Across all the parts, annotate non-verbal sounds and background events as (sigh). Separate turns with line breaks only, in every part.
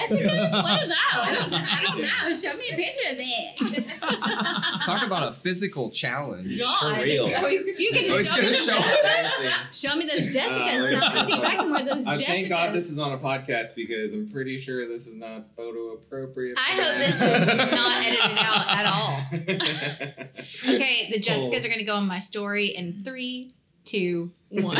Jessica's? What is that? I don't, I don't know. Show me a picture of that.
Talk about a physical challenge.
God.
For real.
Oh, he's, you can
Oh, he's
show,
gonna
me
show
those,
us. Uh,
show me those Jessicas.
wait.
so I can see if I can wear those
I
Jessicas.
thank God this is on a podcast because I'm pretty sure this is not photo appropriate.
I
for
hope
that.
this is not edited out at all.
(laughs) Oh.
(laughs)
Okay, the
Cool.
Jessicas are going to go on my story in three, two, one.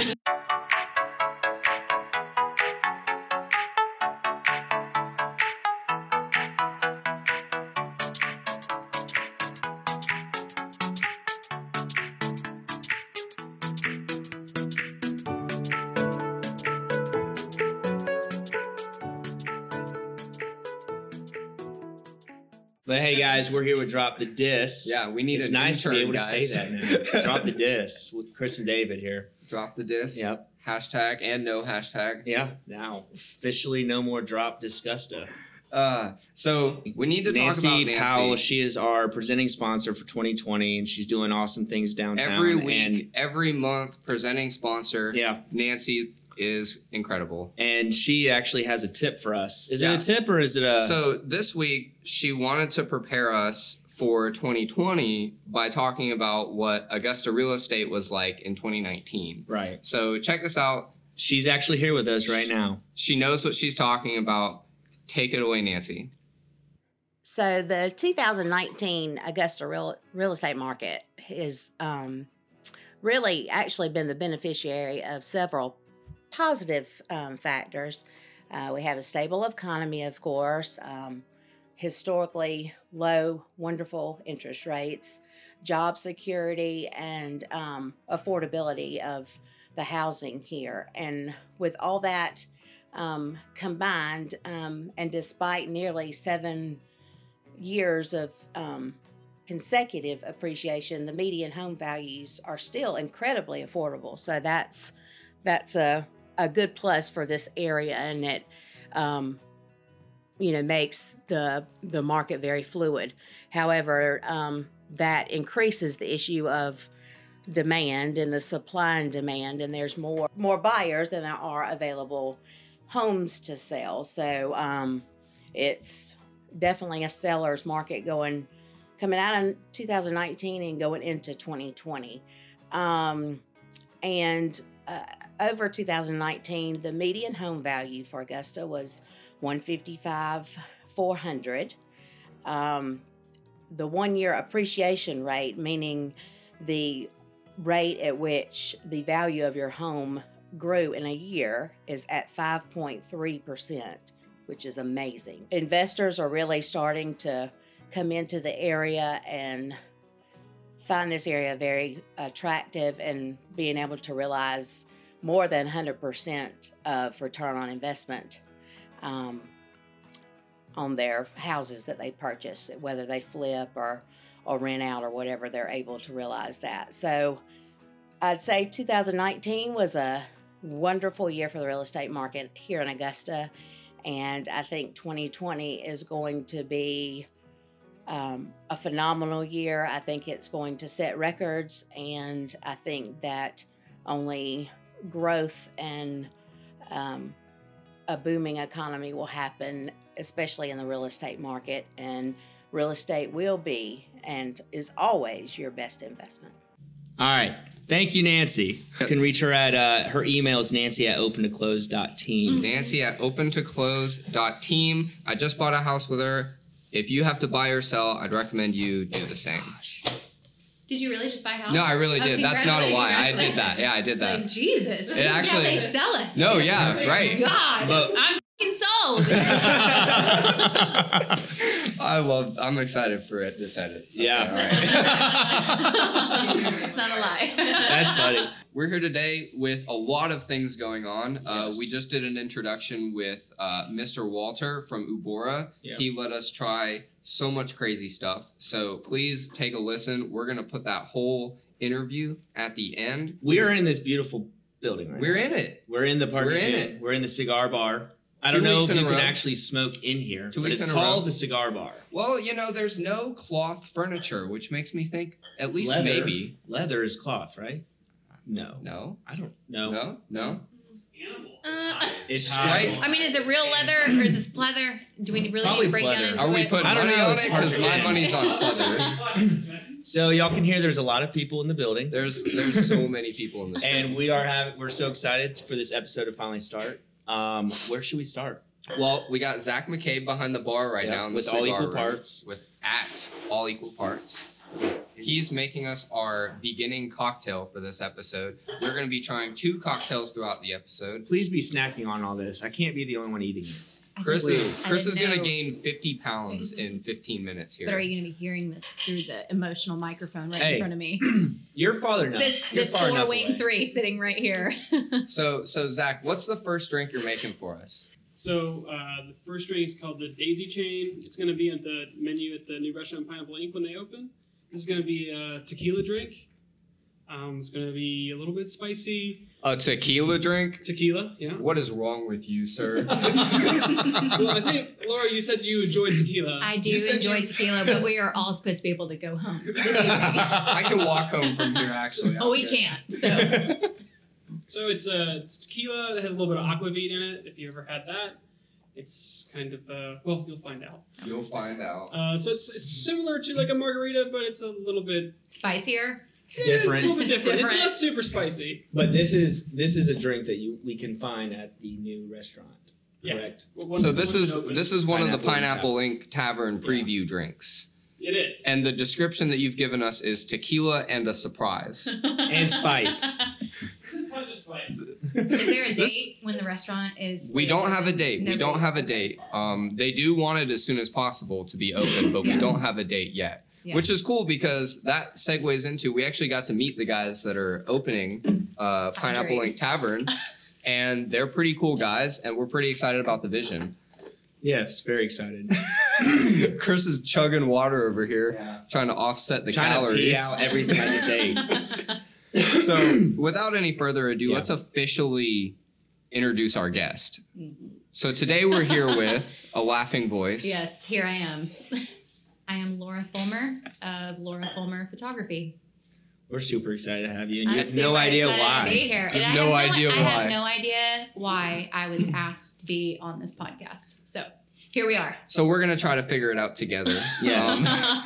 But hey, guys, we're here with Drop the Disc.
Yeah, we need
it's
an
nice to be
intern,
able to
guys.
say that now. Drop the Disc with Chris and David here.
Drop the disc.
Yep.
Hashtag and no hashtag.
Yeah. Now, officially, no more Drop Disgusta.
Uh, so we need to
Nancy,
talk about Nancy.
Powell, she is our presenting sponsor for 2020, and she's doing awesome things downtown.
every week,
and-
every month, presenting sponsor.
yeah,
Nancy is incredible.
and she actually has a tip for us. Is
Yeah.
it a tip or is it a?
so this week she wanted to prepare us for 2020 by talking about what Augusta real estate was like in 2019.
right.
So check this out.
She's actually here with us right now.
She knows what she's talking about. Take it away, Nancy.
So the 2019 Augusta real, real estate market has um, really actually been the beneficiary of several positive um, factors. Uh, we have a stable economy, of course, um, historically low, wonderful interest rates, job security, and um, affordability of the housing here. And with all that um, combined, um, and despite nearly seven years of um, consecutive appreciation, the median home values are still incredibly affordable. So that's that's a a good plus for this area, and it um, you know makes the the market very fluid. However, um, that increases the issue of demand and the supply and demand, and there's more more buyers than there are available homes to sell. So um, it's definitely a seller's market going coming out in 2019 and going into 2020 um, and uh, over 2019 the median home value for augusta was 155 400 um, the one year appreciation rate meaning the rate at which the value of your home grew in a year is at 5.3 percent which is amazing. Investors are really starting to come into the area and find this area very attractive and being able to realize more than 100% of return on investment um, on their houses that they purchase, whether they flip or, or rent out or whatever, they're able to realize that. So I'd say 2019 was a wonderful year for the real estate market here in Augusta and I think 2020 is going to be um, a phenomenal year. I think it's going to set records, and I think that only growth and um, a booming economy will happen, especially in the real estate market. And real estate will be and is always your best investment.
All right. Thank you, Nancy. You can reach her at uh, her email is nancy at open to close dot
Mm-hmm.
team.
Nancy at open to close dot team. I just bought a house with her. If you have to buy or sell, I'd recommend you do the same.
Did you really just buy a house?
No, I really
Oh,
did. That's not a lie. I did that.
congratulations.
Yeah, I did
Like,
that.
Jesus. This is how
actually-
they sell us.
No, yeah, right.
(laughs)
God.
But-
I'm fucking
(laughs)
(laughs)
sold. (laughs)
I love. I'm excited for it. This edit.
Yeah.
Okay, all right.
it's not a
(laughs)
lie.
That's funny.
We're here today with a lot of things going on. Uh,
Yes.
we just did an introduction with uh, Mr. Walter from Ubora.
Yeah.
He let us try so much crazy stuff. So please take a listen. We're gonna put that whole interview at the end.
We are in this beautiful building right
We're
now.
in it.
We're in the party
We're in
gym.
it.
We're in the cigar bar. I
Two
don't know
weeks
if
in
you
a
can
row.
actually smoke in here,
Two
but
weeks
it's
in a row.
called the cigar bar.
Well, you know, there's no cloth furniture, which makes me think at least
Leather-
maybe.
leather is cloth, right? No,
No.
I don't know.
No. No.
It's animal.
Uh,
It's
Strike.
high.
I mean, is it real leather or is this pleather? Do we really need
Probably
to break down
pleather.
into
Are we
it?
putting
I don't
money
know,
on
it's
it? Because
hard to
my
jam.
money's on leather.
So y'all can hear there's a lot of people in the building,
There's there's so many people
(laughs)
in this.
and we are having we're so excited for this episode to finally start. Um, where should we start?
Well, we got Zach McCabe behind the bar right
Yeah,
now in the
with all
cigar
equal
room,
parts.
With at all equal parts. He's making us our beginning cocktail for this episode. We're going to be trying two cocktails throughout the episode.
Please be snacking on all this. I can't be the only one eating it.
I
Chris
just-
is
I
Chris
didn't
is going to
know.
gain 50 pounds in 15 minutes here.
But are you going to be hearing this through the emotional microphone right
Hey.
in front of
(laughs)
me?
Your father knows.
this
You're
this
far enough
four wing
away.
three sitting right here. (laughs)
So so Zach, what's the first drink you're making for us?
(laughs) So uh, the first drink is called the Daisy Chain. It's going to be at the menu at the new restaurant Pineapple Ink when they open. This is going to be a tequila drink. Um, it's going to be a little bit spicy.
A tequila drink?
Tequila, yeah.
What is wrong with you,
(laughs)
sir? (laughs)
well, I think Laura, you said you enjoyed tequila.
I do
You said
enjoy
you-
tequila, but we are all supposed to be able to go
(laughs)
home.
I can walk home from here actually.
Oh, we can't.
(laughs)
So
so it's uh, it's tequila that has a little bit of aquavit in it. If you ever had that, it's kind of uh, well, you'll find out.
You'll find out.
Uh, so it's it's similar to like a margarita, but it's a little bit
spicier.
eh,
Different.
a little bit different. It's
Different.
not super spicy.
But this is this is a drink that you we can find at the new restaurant.
Yeah.
Correct.
Well, one-
so this
once
is
it's open-
this is one of the
Pineapple
Pineapple Ink Tavern preview drinks.
It is.
And the description that you've given us is tequila and a
(laughs)
surprise.
And spice.
It's a touch of spice.
Is there a date
This-
when the restaurant is?
We don't have a date. We
Never-
don't have a date. Um, they do want it as soon as possible to be open, but we
Yeah.
don't have a date yet.
Yeah.
Which is cool because that segues into we actually got to meet the guys that are opening uh, Pineapple
Andre.
Ink
(laughs)
Tavern, and they're pretty cool guys, and we're pretty excited about
(laughs)
the vision.
yes, very excited.
Chris is chugging water over here,
Yeah.
trying to offset the
Trying to pee
calories.
out everything I just ate.
(laughs)
(laughs)
so without any further ado
Yeah.
let's officially introduce our guest so today we're here with a laughing voice
Yes, here I am. (laughs) I am Laura Fulmer of Laura Fulmer Photography.
We're super excited to have you, and
I'm
you have
super
no idea
excited To be
why.
here.
have
And I
no
have
idea
I
why.
have no idea why I was asked to be on this podcast. So here we are.
so we're gonna try to figure it out
(laughs)
together
Yes.
Um,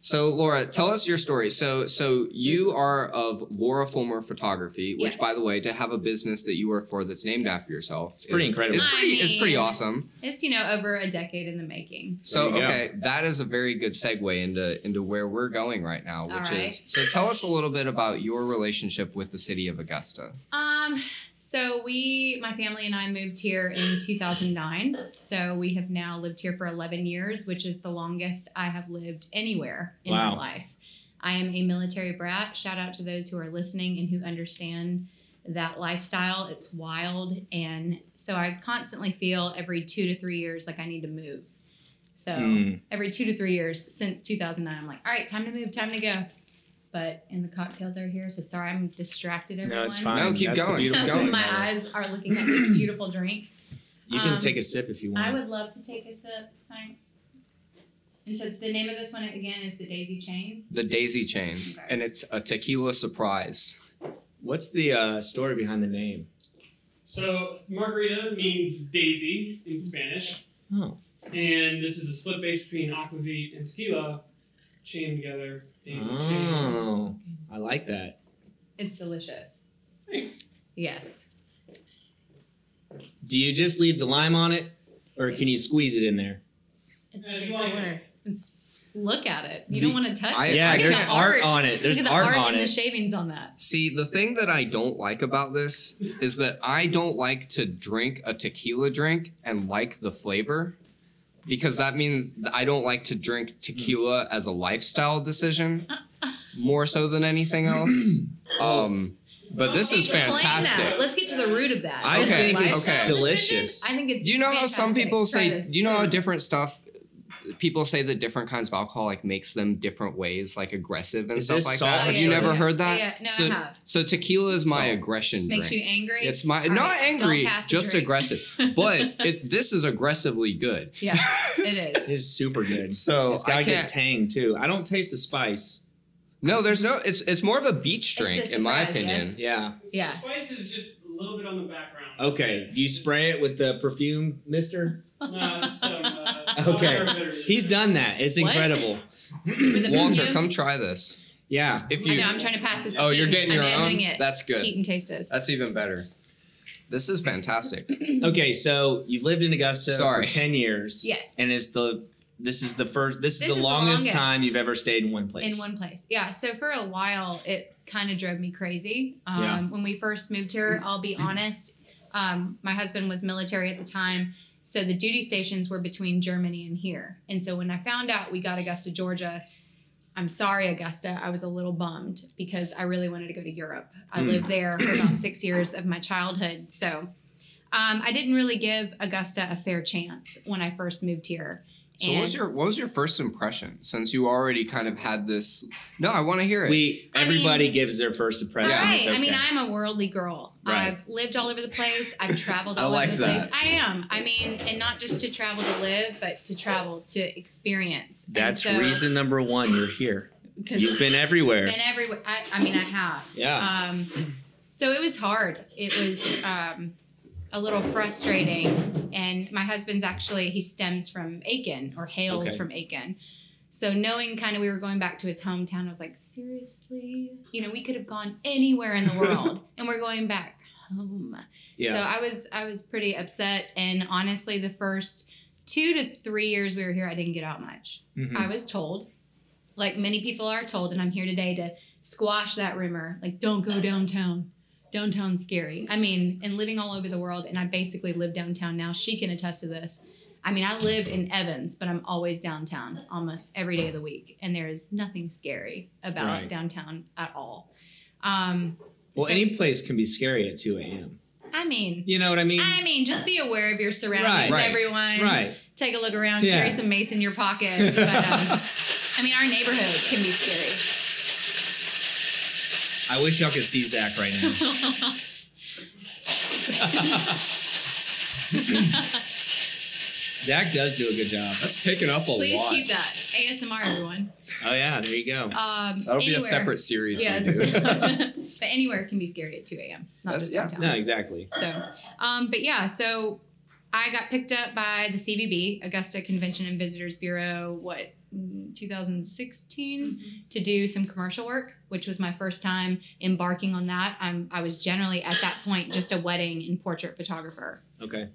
so laura tell us your story so so you are of laura fulmer photography which
Yes.
by the way to have a business that you work for that's named after yourself it's
pretty incredible.
it's
I
pretty, it's pretty
mean-
awesome
(laughs) it's you know over a decade in the making.
so
There you go.
okay that is a very good segue into into where we're going right now
All
which
right.
is so tell us a little bit about your relationship with the city of augusta
Um, so we, my family and I moved here in 2009. So we have now lived here for 11 years, which is the longest I have lived anywhere in
Wow.
my life. I am a military brat. Shout out to those who are listening and who understand that lifestyle. It's wild. And so I constantly feel every two to three years like I need to move. So
Mm.
every two to three years since 2009, I'm like, all right, time to move, time to go. But, and the cocktails are here. So sorry, I'm distracted, everyone.
No, it's fine.
No, keep
That's the
going,
beautiful
(laughs)
keep
thing
going.
My
about this.
eyes are looking at this beautiful drink.
You can
Um,
take a sip if you want.
I would love to take a sip. Thanks. And so the name of this one again is the Daisy Chain.
the Daisy Chain,
Okay.
and it's a tequila surprise.
What's the uh, story behind the name?
So margarita means daisy in Spanish,
Oh,
and this is a split base between aquavit and tequila, chained together. Daisy chain.
oh, I like that.
It's delicious.
Thanks.
Yes.
Do you just leave the lime on it, or can you squeeze it in there?
It's
As you
straightforward.
like it.
It's look at it. You
The-
don't want to touch
I-
it.
yeah,
Look at
there's
the
art, on it. There's
look at the
art, on
and
it.
the shavings on that.
See, the thing that I don't like about this is that I don't like to drink a tequila drink and like the flavor because that means that I don't like to drink tequila as a
(laughs)
lifestyle decision more so than anything else.
Oh.
Um, but this is
Explain
fantastic.
That. Let's get to the root of that.
I
Is it
think it's
lifestyle
okay.
delicious.
decision? I think it's.
You know how some
fantastic.
people
Try
say,
this.
you know how different stuff. People say that different kinds of alcohol like makes them different ways, like aggressive and
Is
stuff
this
like
salt
that.
or
Have you
sugar?
never heard that?
Oh, Yeah, no,
so,
I have.
So tequila is my
Salt.
aggression
Makes
drink.
you angry. (laughs)
it's my
All
not
right, don't
angry,
pass the
just
drink.
aggressive. But it, this is aggressively good.
yeah, it
(laughs)
is.
It's super good.
So
(laughs) it's
I
gotta
can't.
get tang too. I don't taste the spice.
no, there's no. It's it's more of a beach
the
drink, in my
surprise,
opinion.
yes.
Yeah,
Yeah.
Spice is just little bit on the background.
Okay, you spray it with the perfume, Mister.
No, just some,
(clears throat)
(laughs)
uh,
Okay.
some bitters.
He's done that. It's
What?
incredible.
the
Walter,
perfume?
come try this.
Yeah.
(clears throat)
If
I
you
know. I'm trying to pass this. to
oh, you're
Keaton.
getting your
I'm
own.
edging It.
That's good.
Keaton tastes this.
That's even better. This is fantastic.
Okay, so you've lived in Augusta
Sorry.
for ten years.
yes.
And it's the this is the first this,
This
is
is
the
the
longest,
longest.
time you've ever stayed in one place.
in one place. Yeah. So for a while, it kind of drove me crazy. Um,
Yeah.
When we first moved here, I'll be honest, um, my husband was military at the time. So the duty stations were between Germany and here. And so when I found out we got Augusta, Georgia, I'm sorry, Augusta, I was a little bummed because I really wanted to go to Europe. I
Mm.
lived there for about six years of my childhood. So um, I didn't really give Augusta a fair chance when I first moved here.
So what was
And-
your what was your first impression since you already kind of had this? No, I want to hear it.
We
I mean-
everybody gives their first impression.
All right.
It's okay.
I mean, I'm a worldly girl.
Right.
I've lived all over the place. I've traveled
I
all over
like
the
that.
place. I am. I mean, and not just to travel to live, but to travel to experience. And
That's
so,
reason number one. You're here.
'cause
You've been everywhere.
I've been everywhere. I, I mean, I have.
yeah.
Um, so it was hard. It was um, a little frustrating. And my husband's actually, he stems from Aiken or hails
Okay.
from Aiken. So knowing kind of we were going back to his hometown, I was like, seriously? You know, we could have gone anywhere in
(laughs)
the world and we're going back home.
yeah.
So I was I was pretty upset and honestly the first 2 to 3 years we were here I didn't get out much.
Mhm.
I was told, like many people are told, and I'm here today to squash that rumor. Like, don't go downtown. Downtown's scary. I mean, and living all over the world, and I basically live downtown now. She can attest to this. I mean, I live in Evans, but I'm always downtown almost every day of the week, and there is nothing scary about
Right.
downtown at all. Um,
well,
so-
any place can be scary at 2 a.m.
I mean,
You know what I mean?
I mean, just be aware of your surroundings,
Right, right,
everyone.
right.
Take a look around,
Yeah.
carry some mace in your
(laughs)
pocket. But, um, I mean, our neighborhood can be scary.
(laughs)
I wish y'all could see Zach right
(laughs)
now. Zach does do a good job.
That's picking up a
Please
lot.
keep that ASMR, everyone.
Oh yeah, there you go.
Um,
That'll be
anywhere.
a separate series
Yeah, (laughs)
we do.
but anywhere can be scary at two a.m. Not
That's-
just
yeah.
downtown.
No, exactly.
So, um, but yeah, so I got picked up by the CVB, Augusta Convention and Visitors Bureau, what, mm, 2016,
Mm-hmm.
to do some commercial work, which was my first time embarking on that. Um, I was generally at that point just a wedding and portrait photographer.
Okay.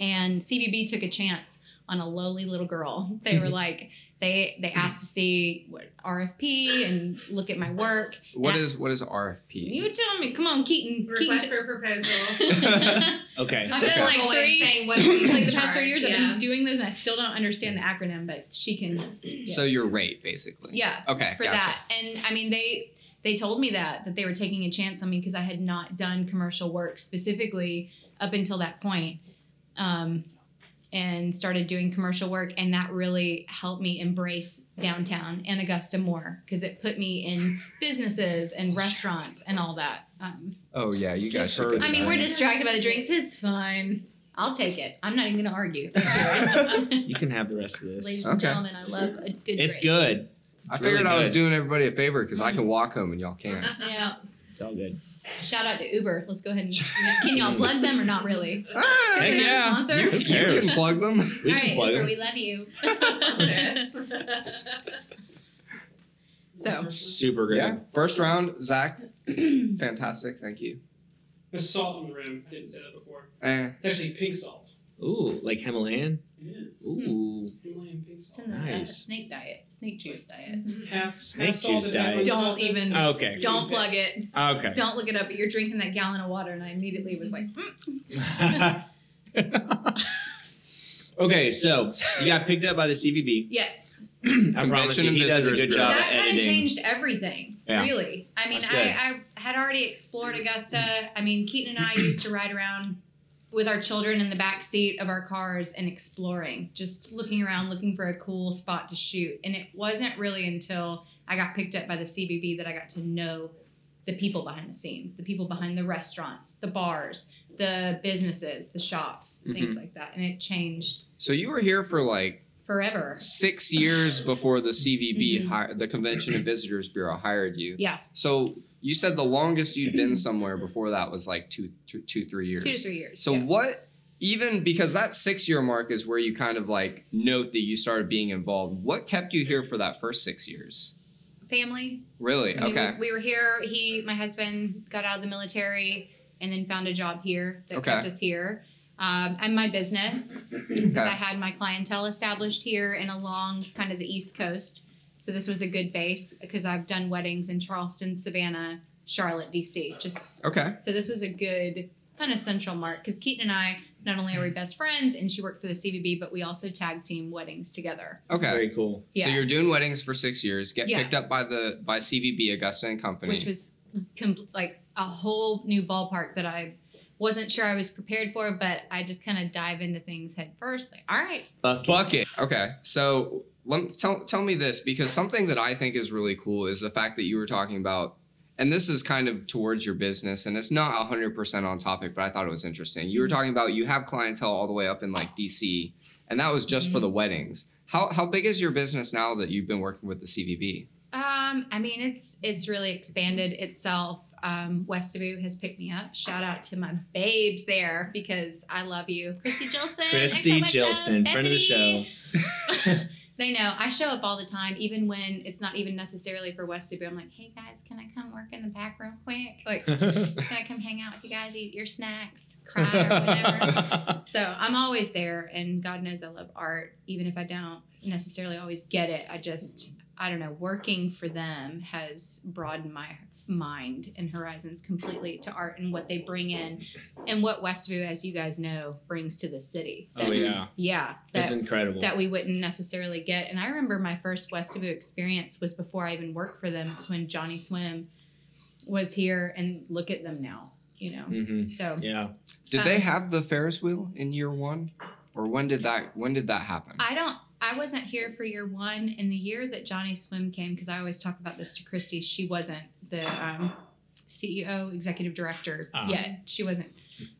And CVB took a chance on a lowly little girl. They
(laughs)
were like, they they asked to see what RFP and look at my work.
(laughs) What
Yeah.
is what is RFP?
You tell me, come on, Keaton.
Request for
Keaton
proposal. (laughs)
(laughs) t-
Okay.
I've
Okay.
been like
Google it
three,
saying
(laughs)
what we
like the
charge,
past three years. I've
yeah.
been doing those, and I still don't understand the acronym. But she can,
So your rate, basically.
yeah,
Okay.
for
gotcha.
that. And I mean, they they told me that that they were taking a chance on me because I had not done commercial work specifically up until that point, um, and started doing commercial work, and that really helped me embrace downtown and Augusta more because it put me in businesses and restaurants and all that. Um,
Oh yeah, you guys should.
Further.
get
I mean,
that.
we're distracted by the drinks. It's fine. I'll take it. I'm not even going to
(laughs)
argue. That's yours.
You can have the rest of
Ladies
this.
and
Okay.
gentlemen, I love a good drink.
It's good.
I
It's
figured
really
I was
good.
doing everybody a favor because I can
Mm-hmm.
walk home and y'all can't.
Yeah.
It's all good.
Shout out to Uber. Let's go ahead
(laughs)
and can y'all plug them or not
(laughs)
really? (laughs)
Ah,
Hey,
you-
Can I
yeah.
sponsor?
You, who
You
you
cares?
can plug them.
We
All
can
right,
plug
Uber,
them.
we love you.
(laughs) So
Super good.
Yeah. First round, Zach. Fantastic. Thank you.
There's salt on the rim. I didn't say that before.
Eh,
It's actually pink salt.
Ooh, like Himalayan.
It is.
Hmm.
Ooh.
Himalayan pink
it's
salt.
in the uh,
Nice.
snake diet, snake juice diet.
Half
Snake
half salt
juice
and
diet.
half
Don't
unsalted.
even-
Okay.
Don't plug it.
Okay.
Don't look it up. But you're drinking that gallon of water, and I immediately was like, mm.
(laughs) okay, so you got picked up by the CVB.
yes.
I promise you,
and
he does a
Visitors
good
Bureau.
job
that
at
kinda
editing.
changed everything,
Yeah.
really. I mean,
That's good.
I, I had already explored Augusta. I mean, Keaton and I used to ride around with our children in the back seat of our cars and exploring, just looking around, looking for a cool spot to shoot. And it wasn't really until I got picked up by the CBB that I got to know the people behind the scenes, the people behind the restaurants, the bars, the businesses, the shops,
Mm-hmm.
things like that. And it changed
So you were here for like
forever.
six years before the CVB, hi- the Convention and Visitors Bureau, hired you.
Mm-hmm. Yeah.
So You said the longest you'd been somewhere before that was like two, two, two three years.
Two to three years.
So
yeah.
what? Even because that six year mark is where you kind of like note that you started being involved. What kept you here for that first six years?
Family.
Really?
I mean,
okay.
We, we were here. He, my husband, got out of the military and then found a job here that
Okay.
kept us here. Um, and my business, because
Okay.
I had my clientele established here and along kind of the East Coast. So this was a good base because I've done weddings in Charleston, Savannah, Charlotte, DC. Just
Okay.
so this was a good kind of central mark because Keaton and I not only are we best friends and she worked for the CVB, but we also tag team weddings together.
Okay.
Very cool.
Yeah,
So you're doing weddings for six years. Get
Yeah.
picked up by the by CVB Augusta and Company.
which was com- like a whole new ballpark that I wasn't sure I was prepared for, but I just kind of dive into things head first. Like, all right,
Bucket.
bucket. Okay, so let tell tell me this because something that I think is really cool is the fact that you were talking about, and this is kind of towards your business, and it's not hundred percent on topic, but I thought it was interesting.
Mm-hmm.
You were talking about you have clientele all the way up in like DC, and that was just for
Mm-hmm.
the weddings. How how big is your business now that you've been working with the CVB?
Um, I mean, it's it's really expanded itself. Um, Westaboo has picked me up. Shout out to my babes there because I love you, Christy Gilson.
Christy
XOXO,
Gilson, friend of the show.
Bethany. They know I show up all the time, even when it's not even necessarily for Westaboo. I'm like, hey guys, can I come work in the back real quick? Like, can I come hang out with you guys, eat your snacks, cry or whatever?
(laughs)
So I'm always there, and God knows I love art, even if I don't necessarily always get it. I just, I don't know, working for them has broadened my mind and horizons completely to art and what they bring in and what Westview, as you guys know, brings to the city.
oh yeah,
Yeah.
that's
that-
incredible.
that we wouldn't necessarily get. And I remember my first Westaboo experience was before I even worked for them. It was when Johnny Swim was here, and look at them now, you know.
hmm
So
Yeah,
Did they
Um,
have the Ferris wheel in year one, or when did that when did that happen?
I don't. I wasn't here for year one. In the year that Johnny Swim came, because I always talk about this to Christy, she wasn't the um, CEO, executive director
Ah.
yet. She wasn't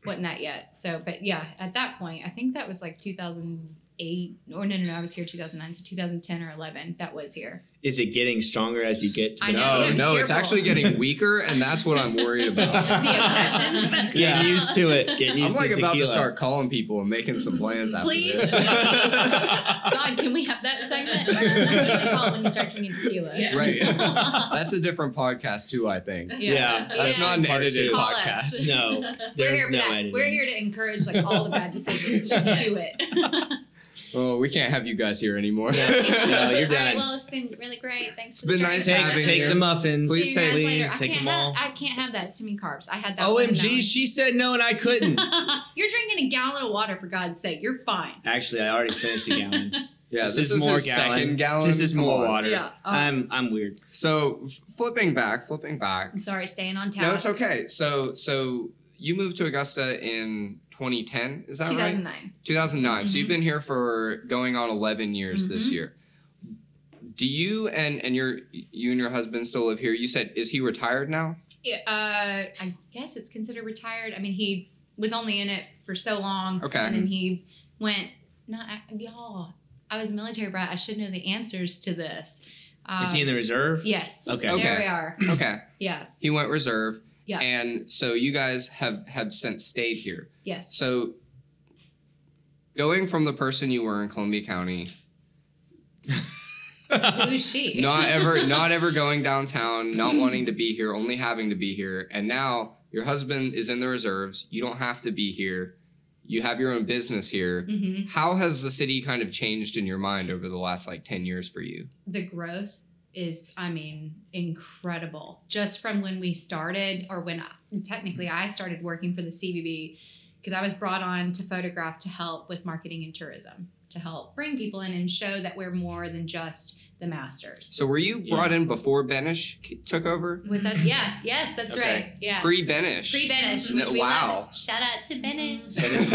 wasn't that yet. So, but yeah, at that point, I think that was like 2008. Or no, no, no, I was here 2009, so 2010 or 11. That was
(laughs)
here.
is it getting stronger as you get to
I
the
know,
no, (laughs)
yeah, be
no, it's
careful.
actually getting weaker, and that's what I'm
(laughs)
worried about.
(laughs) The
(laughs)
impressions.
(laughs) Get used to it.
(laughs)
Get
I'm
used
like
to
about to
tequila.
start calling people and making some plans after
Please. (laughs)
this.
(laughs)
God, can we have that segment? What do they call it when you start drinking tequila?
Yeah.
(laughs)
(laughs)
right. That's a different podcast too, I think.
Yeah,
That's
Yeah.
not an
Part
edited
two.
Call
podcast.
us.
No,
We're here
there's
for
no
that.
editing.
We're here to encourage like all the bad decisions. Just do it.
(laughs)
Oh, we can't have you guys here anymore.
(laughs)
No, you're
All right,
done.
well, it's been really great. Thanks.
It's
for the
been
drink.
nice
Take,
having
take
you.
the muffins.
Please
See you guys
take-
later.
please
I
take
can't
them all.
have- I can't have that. It's too many carbs. I had that. one and that
OMG, she said no and I couldn't. (laughs)
one. (laughs) You're drinking a gallon of water for God's sake. You're fine.
Actually, I already finished
(laughs)
a gallon.
(laughs) Yeah,
this,
this,
is, more
his
gallon.
second gallon.
This is
Come
more
on.
water. Um,
Yeah. Oh,
I'm I'm weird.
So f- flipping back, flipping back.
I'm sorry. Staying on task.
No, it's okay. So so you moved to Augusta in 2010, is that right?
2009.
2009. So you've
Mm-hmm.
been here for going on 11 years this
Mhm.
year. Do you and and your you and your husband still live here? You said is he retired now?
Yeah, uh, I guess it's considered retired. I mean, he was only in it for so long.
Okay.
And then he went, no, I, y'all, I was a military brat. I should know the answers to this. Uh,
Is he in the reserve? (laughs)
Yes.
Okay.
Okay.
There we are.
Okay.
Yeah.
He went reserve.
Yeah.
And so you guys have have since stayed here.
Yes.
So going from the person you were in Columbia County,
Who's she? (laughs)
not ever not ever going downtown, not wanting to be here, only having to be here, and now your husband is in the reserves, you don't have to be here. You have your own business here.
hmm
How has the city kind of changed in your mind over the last like 10 years for you?
The growth is, I mean, incredible. Just from when we started, or when technically I started working for the CBB, because I was brought on to photograph to help with marketing and tourism, to help bring people in and show that we're more than just the masters.
So were you
Yeah.
brought in before Benish k- took over?
Was that yes? Yes, that's
Okay.
right. Yeah.
Pre-Benish.
Free Benish.
No,
which we
wow.
love. Shout out to Benish.
Benish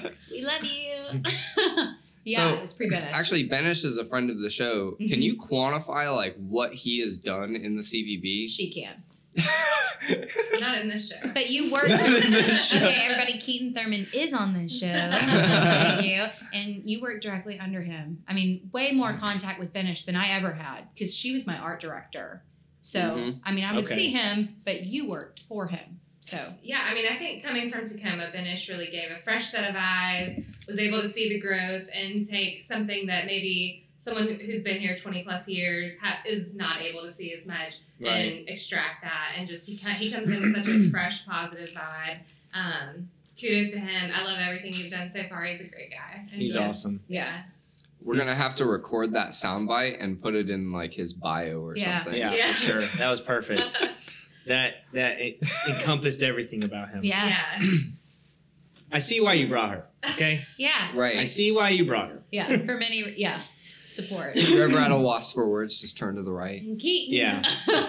Brown.
We love
(laughs)
you. (laughs) yeah,
So,
it was pre Benish.
Actually, Benish is a friend of the show. Can
Mhm.
you quantify like what he has done in the CVB?
she can.
Not in this show.
But you worked.
Not in this show.
Okay, everybody. Keaton Thurman is on this show. Thank you. And you worked directly under him. I mean, way more contact with Benish than I ever had because she was my art director. So
Mhm.
I mean, I would
Okay.
see him, but you worked for him. So
Yeah, I mean, I think coming from Tacoma, Benish really gave a fresh set of eyes, was able to see the growth and take something that maybe someone who's been here 20 plus years ha- is not able to see as much
Right.
and extract that. And just he, co- he comes in with such
(clears throat)
a fresh, positive vibe. Um, kudos to him. I love everything he's done so far. He's a great guy. And
He's
so-
awesome.
Yeah.
We're gonna have to record that soundbite and put it in like his bio or
Yeah.
something.
Yeah,
Yeah.
for sure. That
(laughs)
was perfect. that that en- encompassed everything about him.
yeah, yeah,
yeah.
I see why you brought her. Okay.
(laughs)
yeah,
I
(laughs) Right.
see why you brought her.
For many, yeah, support.
If you're ever at a loss for words, just turn to the right.
And Keaton.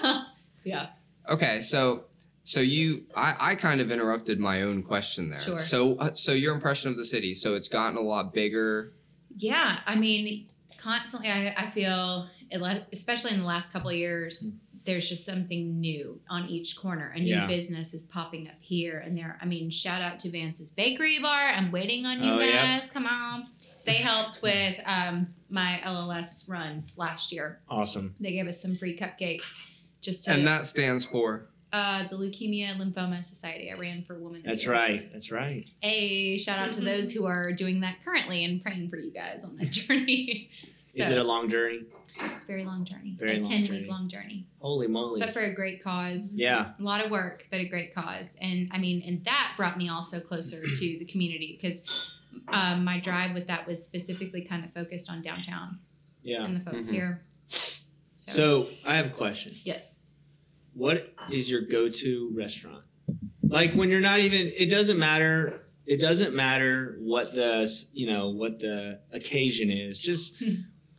(laughs) yeah.
Okay, so so you I, I kind of interrupted my own question there.
Sure.
So uh, so your impression of the city, so it's gotten a lot bigger.
Yeah, I mean, constantly I, I feel, ele- especially in the last couple of years, there's just something new (clears throat) on each corner. A new
Yeah.
business is popping up here and there. I mean, shout out to Vance's Bakery Bar. I'm waiting on you
Oh,
guys.
yeah.
Come on. They helped with um, my LLS run last year.
Awesome.
They gave us some free cupcakes just to
And that stands for
uh, the Leukemia and Lymphoma Society. I ran for Women. of the
That's
Year.
right. That's right.
Hey, shout out to those who are doing that currently and praying for you guys on that (laughs) journey. so,
Is it a long journey?
it's a very long journey. a
Very long
10
journey.
week long journey.
Holy moly.
But for a great cause.
Yeah.
A lot of work, but a great cause. And I mean, and that brought me also closer to the community because um, my drive with that was specifically kind of focused on downtown
Yeah.
and the folks
Mhm.
here.
Mm-hmm. So I have a question.
yes.
What is your go-to restaurant? Like when you're not even it doesn't matter it doesn't matter what the s- you know what the occasion is. Just
Hmm.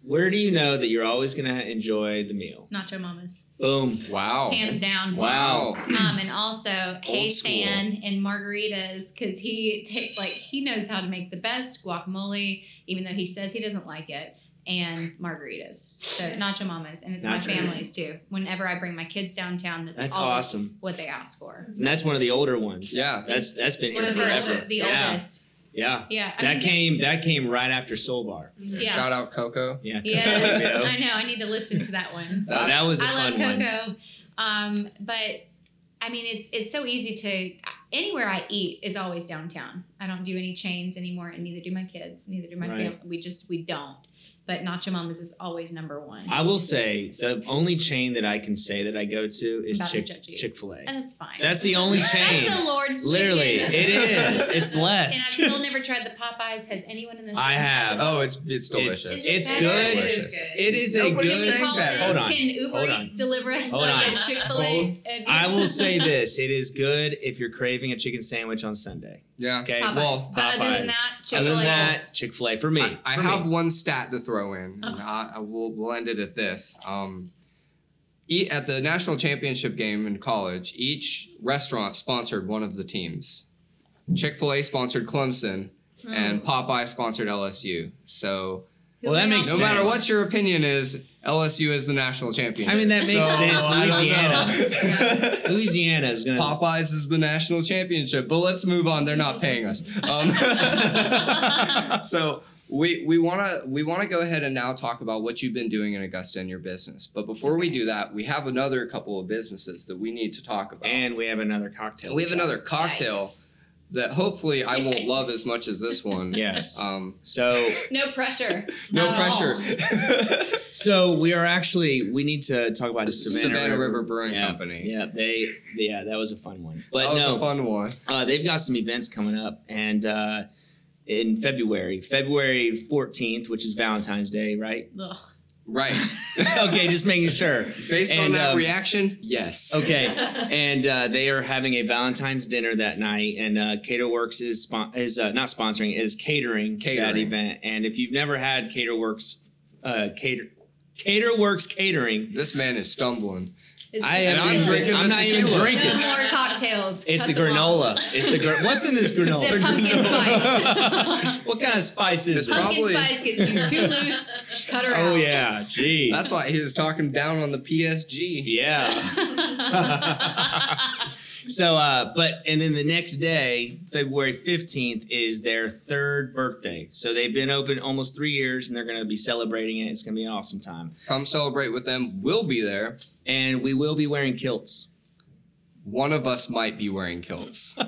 where do you know that you're always going to enjoy the meal?
Nacho Mamas.
Boom.
Wow.
Hands down.
Wow.
Um, and also, hey
school.
Stan and margaritas because he take like he knows how to make the best guacamole, even though he says he doesn't like it. And margaritas, so nacho mamas, and it's my
Nacho.
family's too. Whenever I bring my kids downtown, that's,
That's
always
awesome.
what they ask for.
And that's one of the older ones.
Yeah.
That's that's been
One
here
of the
forever.
oldest, the
yeah.
oldest.
Yeah.
Yeah, I mean,
that
there's-
came that came right after Soul Bar.
Yeah,
Shout out Coco.
Yeah.
yes,
(laughs) Yeah.
I know. I need to listen to that
(laughs)
one.
that was a
I love
fun one.
cocoa. Um, but I mean, it's it's so easy to anywhere I eat is always downtown. I don't do any chains anymore, and neither do my kids, neither do my
Right.
family. We just we don't. But Nacho Mama's is always number one.
I will say the only chain that I can say that I go to is
Not a
Chick
judgy.
Chick Fil A.
and that's fine.
That's the only chain.
That's the Lord's
Literally,
chicken.
it is. It's
(laughs) And I've
blessed.
still never tried the Popeyes. Has anyone in this?
I
room had the-
Oh, it's it's delicious.
It's,
It's
good.
good.
It is
Delicious.
good.
It is a
Nobody
Can we
said
good.
call
that.
it-
Hold on,
Can Uber
hold on.
Eats deliver us
Hold
like
on.
a Chick Fil A? and-
I
(laughs)
will say this: it is good if you're craving a chicken sandwich on Sunday.
Yeah.
Okay.
Popeyes.
Well,
But other than
Popeyes.
that, Chick
Other
Fil
than
A.
that, Chick Fil A for me.
I, I
For
have
me.
one stat to throw in.
Oh.
and I, I will we'll end it at this. Um, e- at the national championship game in college, each restaurant sponsored one of the teams. Chick Fil A sponsored Clemson,
Hmm.
and Popeye sponsored LSU. So
Well, that makes
no
Sense.
matter what your opinion is, LSU is the national champion.
I mean, that makes
So,
sense.
I don't
Louisiana. Louisiana is gonna.
Popeyes is the national championship, but let's move on. They're not paying us.
(laughs)
(laughs) Um, so we we want to we want to go ahead and now talk about what you've been doing in Augusta and your business. But before we do that, we have another couple of businesses that we need to talk about.
And we have another cocktail.
we have another cocktail that hopefully I won't love as much
(laughs)
as this one.
Yes.
Um,
Uh, So
No pressure.
no
Not at all.
pressure. (laughs)
So we are actually we need to talk about Savannah,
Savannah River Brewing
yeah,
Company.
Yeah, they yeah that was a fun one. But
that was
no,
a fun one.
uh, they've got some events coming up, and uh, in February, February fourteenth, which is Valentine's Day, right?
Ugh.
(laughs) Right.
okay, just making sure.
Based on
And,
that
um,
reaction, yes.
(laughs) Okay,
(laughs)
and uh, they are having a Valentine's dinner that night, and uh, CaterWorks is spon- is uh, not sponsoring, is catering, that
Catering.
event. And if you've never had CaterWorks, uh, cater CaterWorks catering,
This man is stumbling.
It's-
I
And
am
I'm drinking
I'm
the
not even
tequila.
drinking.
No more cocktails.
It's
Cut
the
them off.
granola. It's the gr- what's in this
It's the
granola?
pumpkin spice.
(laughs) what kind of spice is
It's
this?
probably-
pumpkin spice gets you
(laughs)
too loose. Cut her out.
Oh yeah, geez.
That's why he was talking down on the PSG.
yeah. So, uh, but and then the next day, February fifteenth, is their third birthday. So they've been open almost three years, and they're going to be celebrating it. It's going to be an awesome time,
Come celebrate with them. We'll be there.
and we will be wearing
(laughs)
kilts.
One of us might be wearing kilts. The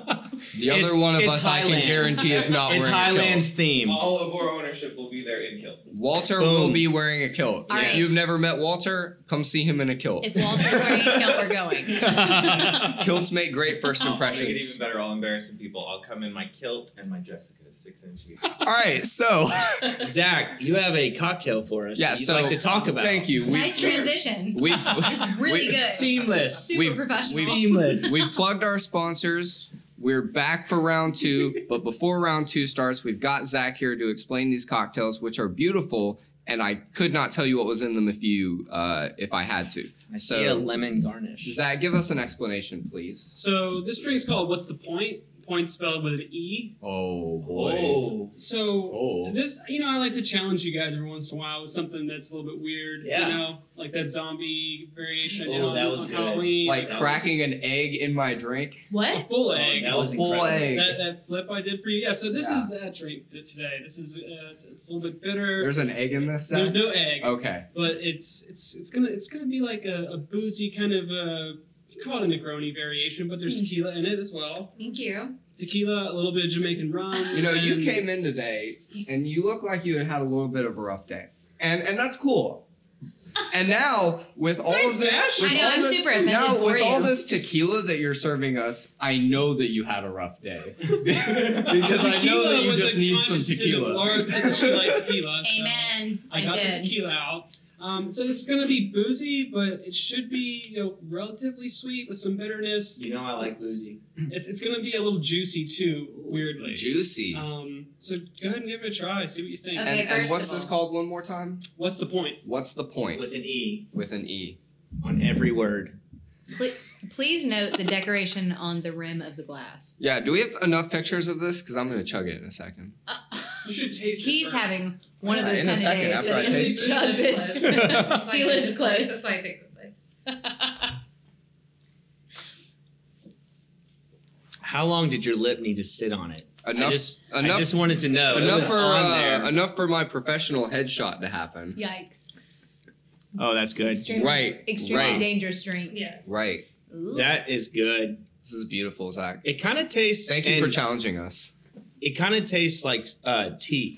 It's-
other one of
it's
us, I
Highlands.
can guarantee, is not
(laughs) It's
wearing
Highlands theme.
Oh.
All of our ownership will be there in kilts.
a kilt. Walter
Boom.
will be wearing a kilt.
All
if
right.
you've never met Walter, come see him in a kilt.
If Walter's
(laughs)
wearing a kilt, we're going.
Kilts make great first
Oh,
I'll make it even
impressions.
better. I'll embarrass some people. I'll come in my kilt and my Jessica six inch.
All right, so
(laughs) Zach, you have a cocktail for us.
Yeah,
that you'd
so
like to talk about.
thank you. We-
nice transition. (laughs)
We
It's really
we-
good.
Seamless.
Super
we've-
professional.
we've-
Seamless.
we plugged our sponsors. We're back for round two, but before round two starts, we've got Zach here to explain these cocktails, which are beautiful. And I could not tell you what was in them if you, uh, if I had to.
I
So-
see a lemon garnish.
Zach, give us an explanation, please.
So this drink's called What's the Point? Point spelled with an E.
Oh
So
Oh.
this, you know, I like to challenge you guys every once in a while with something that's a little bit weird.
Yeah.
You know, like that zombie variation
Oh,
on,
that was
on
good.
Halloween.
Like
That
cracking an egg in my drink.
a
what?
full
Oh,
egg.
that was
A full
incredible.
egg.
That, that flip I did for you. Yeah. So this
Yeah.
is that drink t- today. This is uh, it's, it's a little bit bitter.
There's an egg in this. Zach?
There's no egg,
Okay.
but it's it's it's gonna it's gonna be like a, a boozy kind of uh you call it a Negroni variation, but there's tequila in it as well.
Thank you.
Tequila, a little bit of Jamaican rum.
You know,
(laughs)
you
and-
came in today and you look like you had had a little bit of a rough day, and and that's cool. And now with all
Thanks,
of this,
Bash.
with
I know,
all
I'm
this,
super offended
now
for
with all
you.
this tequila that you're serving us, I know that you had a rough day
(laughs)
because I know that you
was
just
a
need some
conscious decision.
tequila.
Laura said that she liked tequila.
(laughs)
so
Amen.
I
I,
got the
did.
tequila out. Um, so this is gonna be boozy, but it should be you know relatively sweet with some bitterness.
You know I like boozy.
It's, it's gonna be a little juicy too, weirdly.
Juicy.
Um, so go ahead and give it a try. See what you think.
and
Okay,
and
first
what's
of
this
all-
called one more time?
What's the point?
What's the point
With an E
with an E?
on every word.
Please note the decoration on the rim of the
(laughs)
glass.
Yeah, do we have enough pictures of this? Because I'm gonna chug it in a second.
Uh,
You should taste it.
he's
first.
having one of
All right,
those
in
kind
a
of days.
second after
that's just
I taste
it.
chug
(laughs)
this.
That's
(laughs)
why
He
I picked
lives
this place.
close.
That's why I picked this place.
(laughs)
How long did your lip need to sit on it? I
Enough,
just, I
enough-
just wanted to know. It
enough
was
for
on
uh,
there.
enough for my professional headshot to happen.
Yikes.
oh, that's good.
Extremely,
Right,
Extremely
right.
dangerous drink.
Yes.
Right.
Ooh.
That is good.
This is beautiful, Zach.
It kind of tastes.
Thank you for
and
challenging us.
It kind of tastes like uh, tea,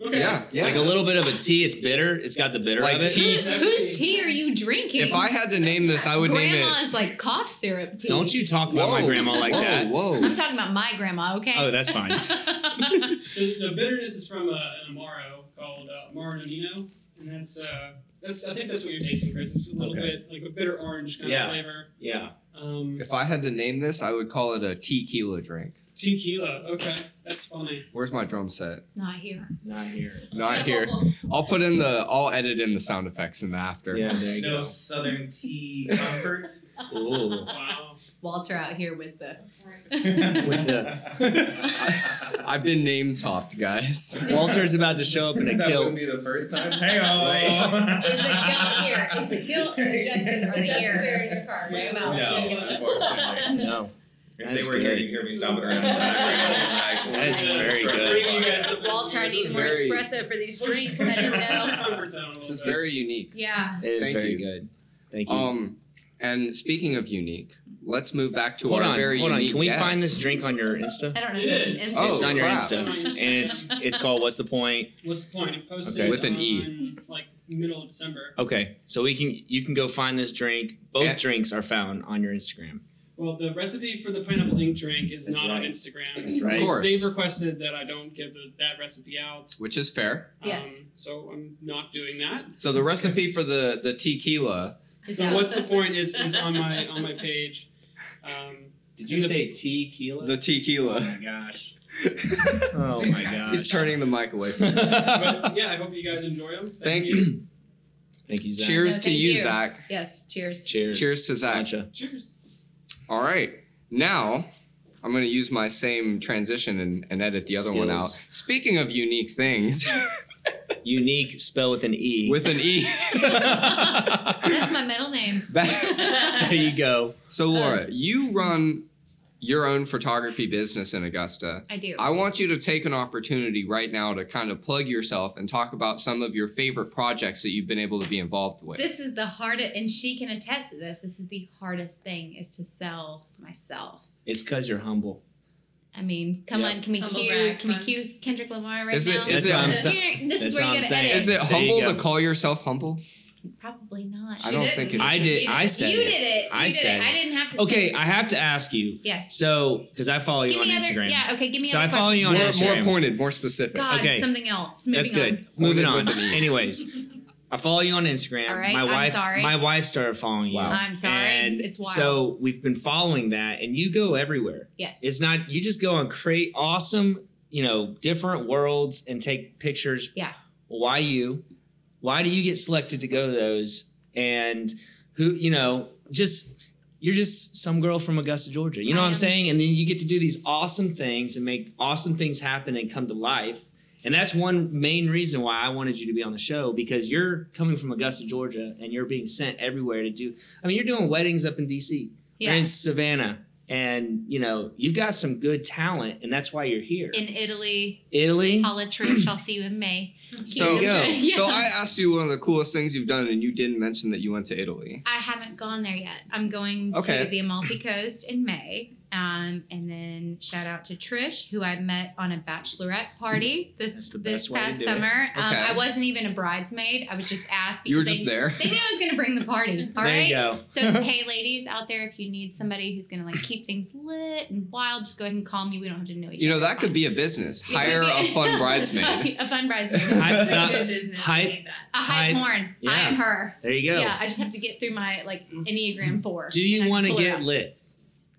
Okay.
Yeah, yeah.
like a little bit of a tea. It's bitter. It's got the bitter
Like
of it.
Who,
tea.
whose tea are you drinking?
if I had to name this, I would name it.
Grandma's like cough syrup tea.
Don't you talk about my
Whoa.
grandma like
whoa,
that?
I'm
Whoa.
talking about my grandma, okay?
Oh, that's fine.
So the bitterness is from uh, an amaro called uh, Amaro Nonino, and that's uh, that's I think that's what you're tasting, Chris. It's a little
Okay.
bit like a bitter orange kind
Yeah.
of flavor.
Yeah.
Um,
If I had to name this, I would call it a tequila drink.
tequila. Okay, that's funny.
Where's my drum set?
(laughs) Not here.
Not here.
Not
(laughs)
(laughs)
here. I'll put in the. I'll edit in the sound effects in the after.
Yeah, there you
No southern tea comfort.
go. Ooh.
Wow.
Walter out here with the.
(laughs)
I've been name topped, guys.
Walter's about to show up in a
that
kilt.
wouldn't be the first time. Hang on.
Is the guilt here? Is the
(laughs)
guilt or Jessica's are
That's
here?
very good card.
Bring 'em
right?
out.
No, unfortunately.
No.
If
That is
they were here,
great.
you'd hear me
(laughs)
stomping around. the back of the bag.
That is very
Bring you
good.
guys up
Walter, I
This is
need more
very-
espresso for these drinks. I didn't
Push your
know.
comfort zone a
This
little
is
bit.
very unique.
Yeah.
It is
Thank
very
you.
good. Thank you.
Um, and speaking of unique, let's move back to
hold
our
on,
very
hold on.
unique
Can we
guest.
find this drink on your Insta?
I don't know.
It
if it's
is.
an
Oh,
it's on your
crap.
Insta, and it's it's called What's the Point?
What's the point? It posted
Okay.
With an
on,
E.
like middle of December.
Okay, so we can you can go find this drink. Both
Yeah.
drinks are found on your Instagram.
Well, the recipe for the pineapple ink drink is
That's
not on
right.
Instagram.
That's right.
Of course.
They've requested that I don't give those, that recipe out.
Which is fair.
Yes.
Um, so I'm not doing that.
So the recipe for the the tequila
Is
So
that-
what's the point is, is
(laughs)
on my on my page.
(laughs)
Um,
Did
you say
tequila?
The tequila. (laughs)
gosh. Oh my gosh.
He's turning the mic away from me.
but yeah, I hope you guys enjoy them.
Thank
(laughs)
you.
(clears throat) Thank you, Zach.
Cheers
No,
to
thank
you,
you.
Zach.
Yes. Cheers.
Cheers.
Cheers to Zach.
Sláinte.
Cheers.
All right. Now, I'm going to use my same transition and, and edit the other one out.
Skills.
Speaking of unique things, (laughs)
(laughs) Unique spell with an E. (laughs)
with (laughs) an E.
That's my middle name.
(laughs) Back-
there you go.
so, Laura, you run your own photography business in Augusta.
I do.
I want you to take an opportunity right now to kind of plug yourself and talk about some of your favorite projects that you've been able to be involved with.
This is the hardest, and she can attest to this. This is the hardest thing is to sell myself.
It's because you're humble.
I mean, come
Yeah.
on, can we
Humble
cue,
brag,
can we
come on.
cue Kendrick Lamar right
Is it-
now?
is it-
I'm so-
Here, this
that's
is where you're
what I'm
gonna
saying.
edit.
is it
There you
humble to
go.
call yourself humble?
(laughs) Probably not.
I don't think it-
I did- I said
You
it.
did it. You
I
did
said
it. I
it.
didn't have to. say
Okay,
it.
I have to ask you.
Yes.
So, because I follow you
give
on
me other.
Instagram.
Yeah. Okay. Give me
So
other.
I follow
questions.
you on
More, more
Instagram.
pointed, more specific.
God,
Okay.
something else. Moving
That's good.
on.
Pointed
Moving on.
with an E.
Anyways, I follow you on Instagram.
All right,
My
I'm
wife.
sorry.
My wife started following you.
Wow.
I'm sorry.
And
It's wild.
So we've been following that, and you go everywhere.
Yes.
It's not you just go and create awesome, you know, different worlds and take pictures.
Yeah.
Why you? Why do you get selected to go to those? And who, you know, just you're just some girl from Augusta, Georgia. You know
I
what I'm
am.
saying? And then you get to do these awesome things and make awesome things happen and come to life. And that's one main reason why I wanted you to be on the show because you're coming from Augusta, Georgia, and you're being sent everywhere to do. I mean, you're doing weddings up in DC
yeah.
or in Savannah, and you know you've got some good talent, and that's why you're here.
in Italy,
Italy,
holla Trish. I'll see you in May.
So,
There you go.
(laughs) Yeah.
so I asked you one of the coolest things you've done, and you didn't mention that you went to Italy.
I haven't gone there yet. I'm going
Okay.
to the Amalfi Coast in May. Um, and then shout out to Trish, who I met on a bachelorette party
That's
this
the
this
best way to
past
do it.
summer. Um,
Okay.
I wasn't even a bridesmaid. I was just asked because
You were
they,
just there.
they knew I was gonna bring the party. All
there
right.
you go.
So hey, ladies out there, if you need somebody who's gonna like keep things lit and wild, just go ahead and call me. We don't have to know each
You know
other.
that
It's
could
fine.
be a business.
It could
Hire a
be- (laughs)
fun bridesmaid.
a fun bridesmaid. (laughs)
I-
It's
a
uh,
a good business.
hype-
I need that.
hype
I-
horn. I
yeah.
am her.
There you go.
Yeah, I just have to get through my like Enneagram four.
Do
and I
you
can
want to
pull it
get
out.
lit?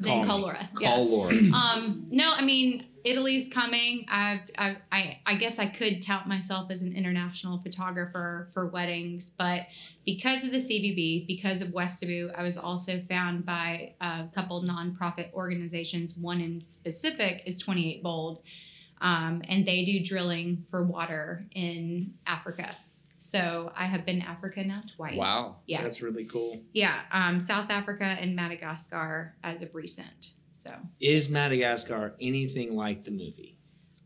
then
Call
call
me.
Laura?
Call Laura.
Yeah. Um, no, I mean Italy's coming. I, I, I, I guess I could tout myself as an international photographer for weddings, but because of the CBB, because of Westaboo, I was also found by a couple nonprofit organizations. One in specific is Twenty Eight Bold, um, and they do drilling for water in Africa. So I have been to Africa now twice.
Wow.
Yeah.
That's really cool.
Yeah, um, South Africa and Madagascar as of recent. So,
Is Madagascar anything like the movie?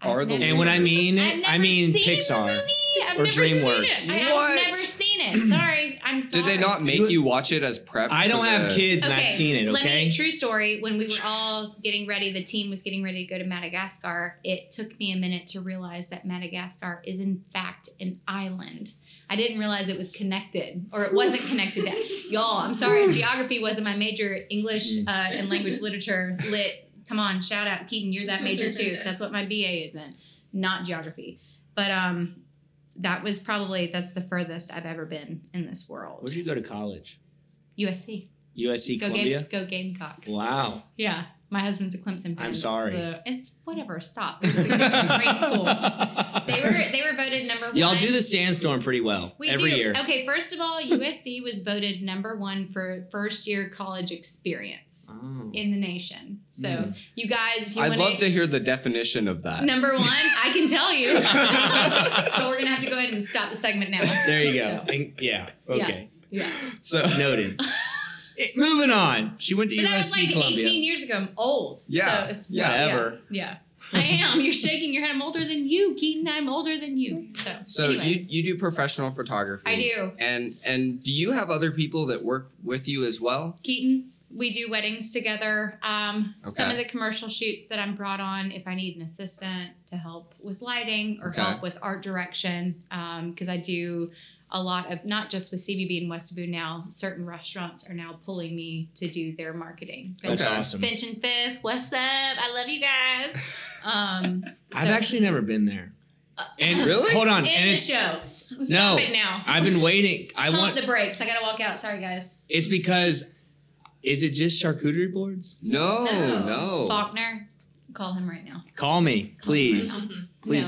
Are
I've
the
never-
And when I mean,
I've never
I
seen
mean
the
Pixar.
movie. I've
or
never seen
DreamWorks.
it. I
What?
have never seen it. Sorry, I'm sorry.
Did they not make you watch it as prep?
I don't
for
have
the-
kids, and
Okay,
I've seen it.
Let
Okay.
me true story. When we were all getting ready, the team was getting ready to go to Madagascar. It took me a minute to realize that Madagascar is in fact an island. I didn't realize it was connected, or it
(laughs)
wasn't connected. To, y'all, I'm sorry, geography wasn't my major. English uh, and language literature lit. Come on, shout out Keaton. You're that major
(laughs)
too. That's what my BA is in, not geography. But um, that was probably that's the furthest I've ever been in this world.
Where'd you go to college?
USC.
USC
Go
Columbia.
Game, go Gamecocks.
Wow.
Yeah, my husband's a Clemson fan.
I'm sorry.
so- it's whatever. Stop. It was a great school. They
(laughs)
were they were voted number one.
Y'all do the sandstorm pretty well
We
every
do.
year.
Okay, first of all, USC was voted number one for first year college experience
Oh.
in the nation. So
Mm.
you guys, if you
I'd
want
love to hear the definition of that.
number one, I can tell you.
(laughs)
but we're gonna have to go ahead and stop the segment now.
There
(laughs)
you go. And- yeah. Okay.
Yeah,
So
Noted. It- (laughs) moving on. She went to
but
USC
that was like
Columbia.
18 years ago. I'm old.
Yeah,
So it's,
yeah.
Ever.
Yeah. I am. You're shaking your head. I'm older than you, Keaton. I'm older than you. So,
So
anyway,
you you do professional photography.
I do.
And and do you have other people that work with you as well?
Keaton, we do weddings together. Um, Some
Okay.
of the commercial shoots that I'm brought on, if I need an assistant to help with lighting or
Okay.
help with art direction, because I do a lot of not just with CBB and Westaboo now, certain restaurants are now pulling me to do their marketing. Finch,
That's
Okay.
awesome.
Finch and Fifth, what's up? I love you guys. Um,
(laughs) (laughs) I've
so-
actually never been there. And
Really?
hold
End
on. and
the
it's,
show. Stop
No.
it now.
I've been waiting. I
Pump
want.
the brakes. I gotta walk out. Sorry, guys.
it's because. Is it just charcuterie boards?
No,
No.
no.
Faulkner, call him right now.
Call me, please. Please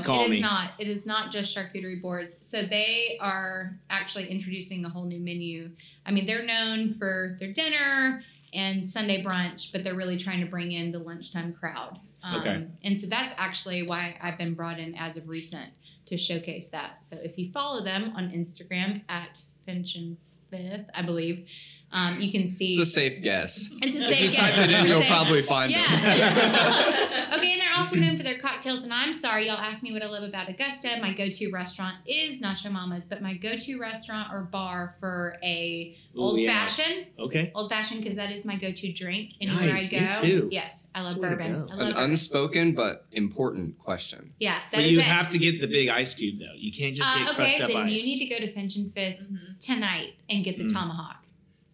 Mm-hmm. no,
call
It
me.
is not. It is not just charcuterie boards. So they are actually introducing a whole new menu. I mean, they're known for their dinner and Sunday brunch, but they're really trying to bring in the lunchtime crowd. Um,
Okay.
And so that's actually why I've been brought in as of recent to showcase that. So if you follow them on Instagram at Finch and Fifth, I believe, Um, you can see
It's a safe guess.
it's a
If you
safe
type
(laughs) guess.
it in, you'll
Safe-
probably find it. (laughs)
(laughs)
yeah. (laughs) okay, and they're also known for their cocktails. And I'm sorry, y'all asked me what I love about Augusta. My go-to restaurant is Nacho Mama's, but my go-to restaurant or bar for a
Ooh,
Old
yes.
fashioned?
Okay.
old fashioned because that is my go-to drink anywhere
Nice,
I
me
go.
too.
Yes, I love
Swear to
bourbon.
God.
I
An
love bourbon.
unspoken but important question.
yeah, that
But
is
you
it.
have to get the big ice cube though. You can't just get
uh, okay,
crushed up
then
ice. Mm-hmm.
you need to go to Finch and Fifth tonight and get the
Mm.
tomahawk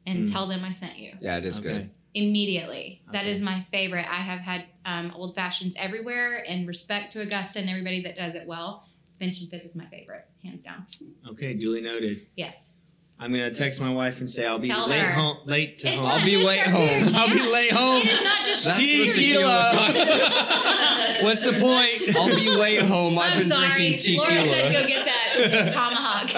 and
Mm.
tell them I sent you
Yeah, it is
Okay.
good.
immediately. That
Okay.
is my favorite. I have had um, old fashions everywhere, and respect to Augusta and everybody that does it well. Finch and Fifth is my favorite, hands down.
Okay, duly noted.
Yes,
I'm gonna text my wife and say I'll be
Tell
late
her.
home late to
It's
home.
not
I'll be
just
late
our
home.
beer,
(laughs) I'll
yeah.
be late home.
It is not just
That's
beer.
the
tequila. (laughs) What's the point?
I'll be late home. I've
I'm
been
sorry.
drinking
Laura said
tequila.
go get that
(laughs)
tomahawk.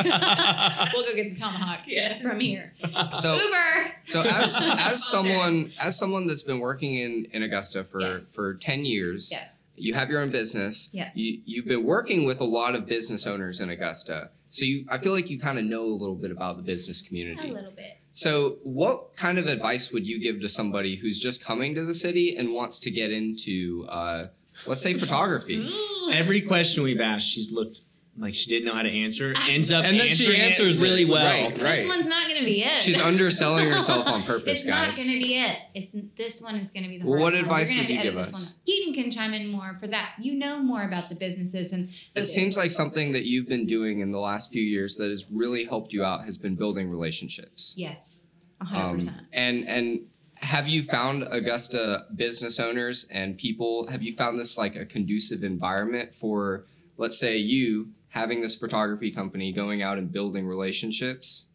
we'll go get the tomahawk
Yes.
from here.
So
Uber.
So
(laughs)
as as
Sponsors.
someone as someone that's been working in in Augusta for
Yes.
for 10 years,
Yes.
you have your own business.
Yes.
You you've been working with a lot of business owners in Augusta. So you I feel like you kind of know a little bit about the business
A
community.
little bit.
So what kind of advice would you give to somebody who's just coming to the city and wants to get into uh let's say photography?
(laughs) Every question we've asked, she's looked like she didn't know how to answer. Ends up
And then she
answering it
answers it.
really well.
Right, right.
This one's not going to be it. (laughs)
She's underselling herself on purpose,
it's not
guys.
going to be it. It's this one is going to be the
Well, what
hardest one.
advice
We're
would
gonna have
you
to
give
edit this
us?
one out. Keaton can chime in more for that. You know more about the businesses and
It seems like something that you've been doing in the last few years that has really helped you out has been building relationships.
yes, hundred
Um,
percent.
and and have you found Augusta business owners and people? Have you found this like a conducive environment for, let's say, you having this photography company going out and building relationships?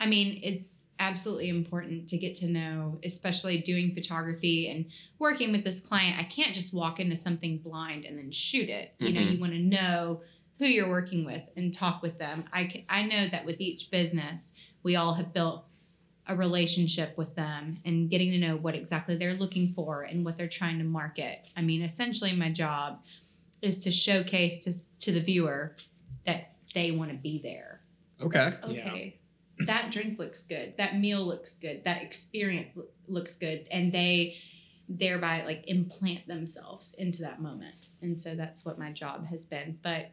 I mean, it's absolutely important to get to know, especially doing photography and working with this client. I can't just walk into something blind and then shoot it. You know,
Mhm.
you want to know who you're working with and talk with them. I c- I know that with each business, we all have built a relationship with them and getting to know what exactly they're looking for and what they're trying to market. I mean, essentially my job is to showcase to, to the viewer that they want to be there
Okay.
Yeah.
okay, that drink looks good, that meal looks good, that experience looks, looks good, and they thereby like implant themselves into that moment. And so that's what my job has been. But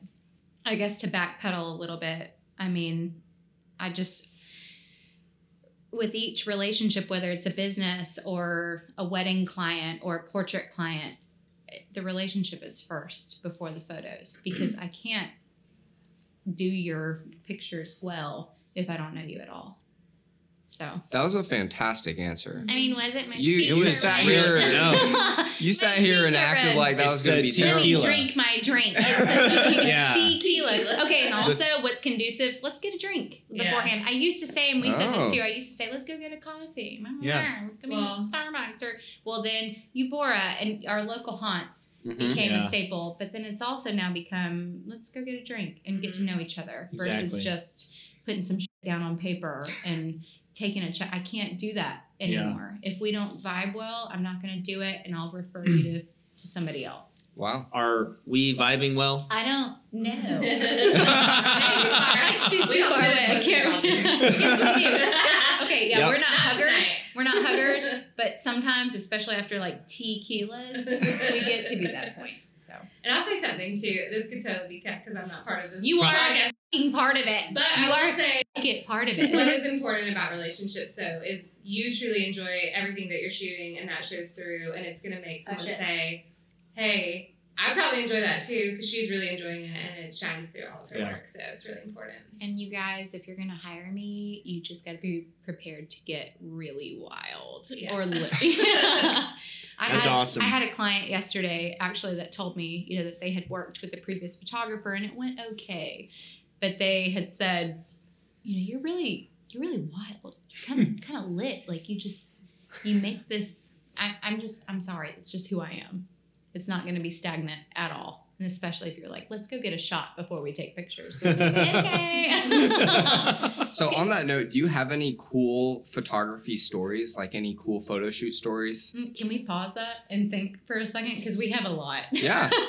I guess to backpedal a little bit, I mean, I just with each relationship, whether it's a business or a wedding client or a portrait client, the relationship is first before the photos because I can't do your pictures well if I don't know you at all. So
That was a fantastic answer.
I mean, was it my
You-
cheeks?
it
are
was
red?
here-
no.
You
My
sat here
cheeks
and
are
acted
red.
like that
It's
was going to
the
be
(laughs)
tea.
Let
terrible.
me
Tequila.
drink my drink. It's the tequila.
Yeah.
Tequila. Okay, and
The-
also, what's conducive? Let's get a drink
Yeah.
beforehand. I used to say, and we said
Oh.
this too. I used to say, let's go get a coffee. Blah, blah,
Yeah.
blah. Let's go
Well-
meet at Starbucks or well, then Eubora and our local haunts
Mhm.
became
Yeah.
a staple. But then it's also now become let's go get a drink and get to know each other
Exactly.
versus just putting some shit down on paper and taking a check. I can't do that
Yeah.
anymore. If we don't vibe well, I'm not going to do it, and I'll refer you to, to somebody else.
Wow.
Are we
(laughs)
vibing well?
I don't (laughs) know.
Sorry.
She's too far away. I can't. Yes, we do. Okay, yeah,
Yep.
we're not
Not
huggers.
tonight.
We're not huggers, but sometimes, especially after like tequilas, we get to be that point. So
And I'll say something too. This could totally be cut because I'm not part of this.
You are.
podcast.
being part of it,
But
you
I
are
will
(laughs)
say
get part of
what
it.
is important about relationships though is you truly enjoy everything that you're shooting and that shows through and it's gonna make
Oh,
someone
shit.
say, Hey, I probably enjoy that too, because she's really enjoying it and it shines through all of her
Yeah.
work. So it's really important.
And you guys, if you're gonna hire me, you just gotta be prepared to get really wild
Yeah.
or lit. (laughs) I
That's
had,
awesome.
I had a client yesterday actually that told me, you know, that they had worked with the previous photographer and it went okay, but they had said, you know, you're really, you're really wild, you're
Hmm.
kind of, kind of lit. Like you just, you make this. I, I'm just, I'm sorry, it's just who I am. It's not going to be stagnant at all, and especially if you're like, let's go get a shot before we take
(laughs)
pictures. okay.
So on that note, do you have any cool photography stories, like any cool photo shoot stories
Mm, Can we pause that and think for a second? Because we have a lot.
Yeah.
(laughs)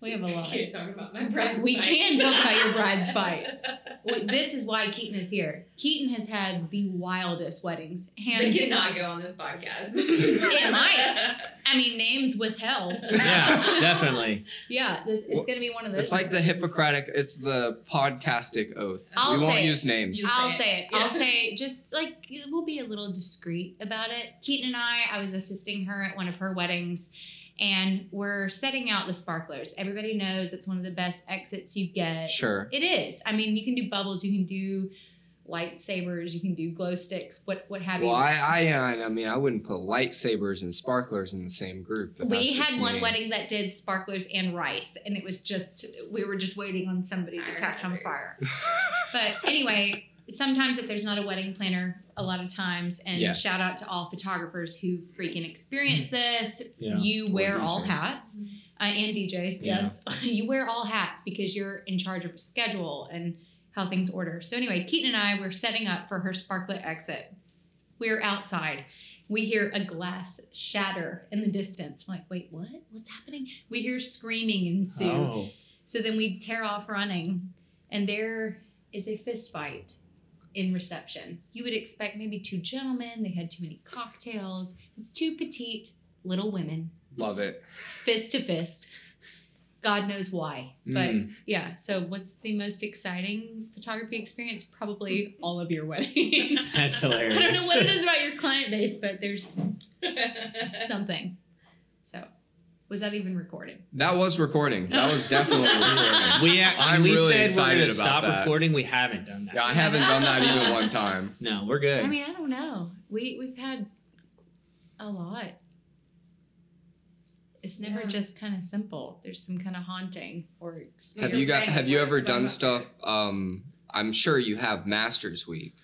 We have a
(laughs)
lot.
can't talk about my bride's
We
fight.
can talk about your
(laughs)
bride's fight. Wait, This is why Keaton is here. Keaton has had the wildest weddings.
They
Hands,
cannot go on this podcast.
It might.
(laughs)
I mean, names withheld.
yeah, definitely.
Yeah, Mm, this,
Well,
it's going to be one of those.
It's like the Hippocratic, it's the podcastic oath.
I'll
we won't
say-
use names.
You
I'll
say
say it.
Yeah.
I'll say just like we'll be a little discreet about it. Keaton and I, I was assisting her at one of her weddings, and we're setting out the sparklers. Everybody knows it's one of the best exits you get.
Sure.
It is. I mean, you can do bubbles, you can do lightsabers, you can do glow sticks, what what have
Well,
you.
I, I, I mean, I wouldn't put lightsabers and sparklers in the same group. but that's
we
just
had one
me.
wedding that did sparklers and rice, and it was just we were just waiting on somebody to
Fire
catch on
hazard.
fire. but anyway, sometimes if there's not a wedding planner, a lot of times, and
Yes.
shout out to all photographers who freaking experience this.
Yeah.
You wear all
DJs.
hats, uh, and DJs.
Yeah.
Yes, (laughs) you wear all hats because you're in charge of schedule and how things order. So anyway, Keaton and I were setting up for her sparklet exit. We're outside. We hear a glass shatter in the distance. We're like, wait, what? What's happening? We hear screaming ensue.
Oh.
So then we tear off running, and there is a fist fight in reception. You would expect maybe two gentlemen, they had too many cocktails. It's two petite little women,
Love it.
fist to fist. God knows why. But
Mm.
yeah, so what's the most exciting photography experience? Probably all of your
(laughs)
weddings.
That's
I
hilarious.
don't know what it is about your client base, but there's something. So, was that even recorded?
That was recording.
(laughs)
That was definitely recording.
We, act-
I'm
we
really
said
excited
we're
about
gonna stop
that.
recording. We haven't done that.
Yeah, I haven't done that even
(laughs)
one time.
No, we're good.
I mean, I don't know. We we've had a lot. It's never
Yeah.
just kind of simple. There's some kind of haunting or ex-
Have
You're
you got?
saying
Have you
we're
ever
going
done
about
stuff?
this.
Um, I'm sure you have Masters Week.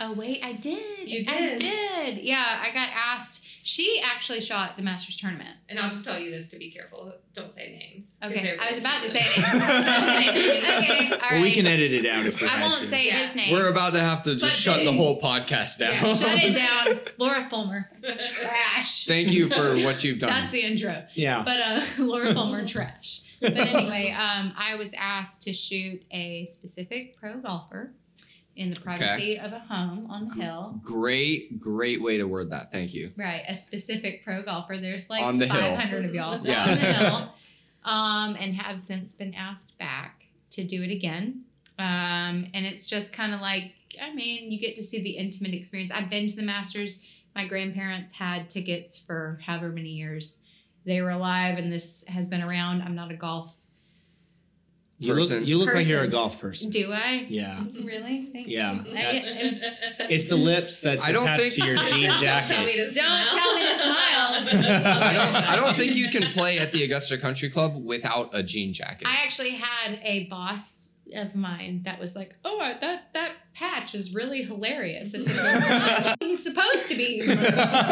oh wait, I did.
You
I
did.
did. Yeah, I got asked. She actually shot the Masters tournament.
And I'll just tell you this to be careful. Don't say names. 'cause
Okay,
they're
I was
really (laughs)
about to
good.
say.
(laughs)
(laughs)
okay, all right.
Well, we can edit it out if we
I
had
won't
to.
say
Yeah.
his name.
We're about to have to just
But
shut
they-
the whole podcast down. (laughs)
Yeah,
Shut it down, Laura Fulmer.
(laughs)
Trash.
Thank you for what you've done.
That's the intro.
yeah.
But uh, (laughs) Laura Fulmer trash. But anyway, um, I was asked to shoot a specific pro golfer in the privacy of a home on the hill.
great, great way to word that. Thank
(laughs)
you.
Right, a specific pro golfer. There's like
On the hill.
500 of y'all
Yeah.
on the hill, um, and have since been asked back to do it again. Um, and it's just kind of like, I mean, you get to see the intimate experience. I've been to the Masters. My grandparents had tickets for however many years they were alive, and this has been around. I'm not a golf
You look,
Person.
you look like you're a
Person.
golf person.
Do I?
Yeah.
Really? Thank
Yeah.
I- it
It's the lips that's
I don't
attached
think-
to your
(laughs)
jean
Don't tell
jacket.
me to
Don't
smile.
tell me to
(laughs)
smile.
I
(laughs)
don't. I don't think you
(laughs)
can play at the Augusta Country Club without a jean jacket.
I actually had a boss of mine that was like, "Oh, I- that that patch is really hilarious." I said, "Well, it's not fucking supposed to be,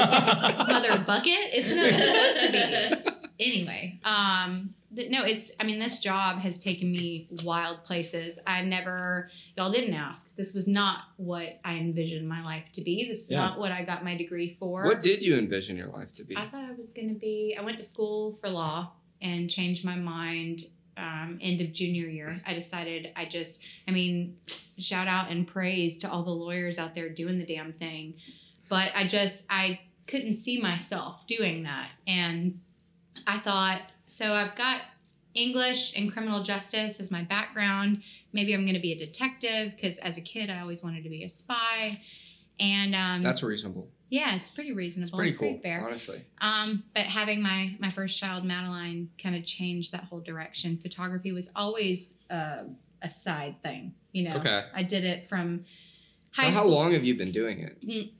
mother bucket. It's not supposed to be." anyway um but no it's i mean this job has taken me wild places i never y'all didn't ask this was not what i envisioned my life to be this is
Yeah.
not what i got my degree for
what did you envision your life to be?
i thought i was going to be i went to school for law and changed my mind um, end of junior year i decided i just i mean shout out and praise to all the lawyers out there doing the damn thing but i just i couldn't see myself doing that and I thought, so I've got English and criminal justice as my background. Maybe I'm going to be a detective because as a kid, I always wanted to be a spy. And um,
That's reasonable.
yeah, it's pretty reasonable.
It's pretty
it's
cool,
fair.
honestly.
Um, but having my my first child, Madeline, kind of changed that whole direction. Photography was always uh, a side thing, you know.
Okay.
I did it from
So
high
how
school
long have you been doing it?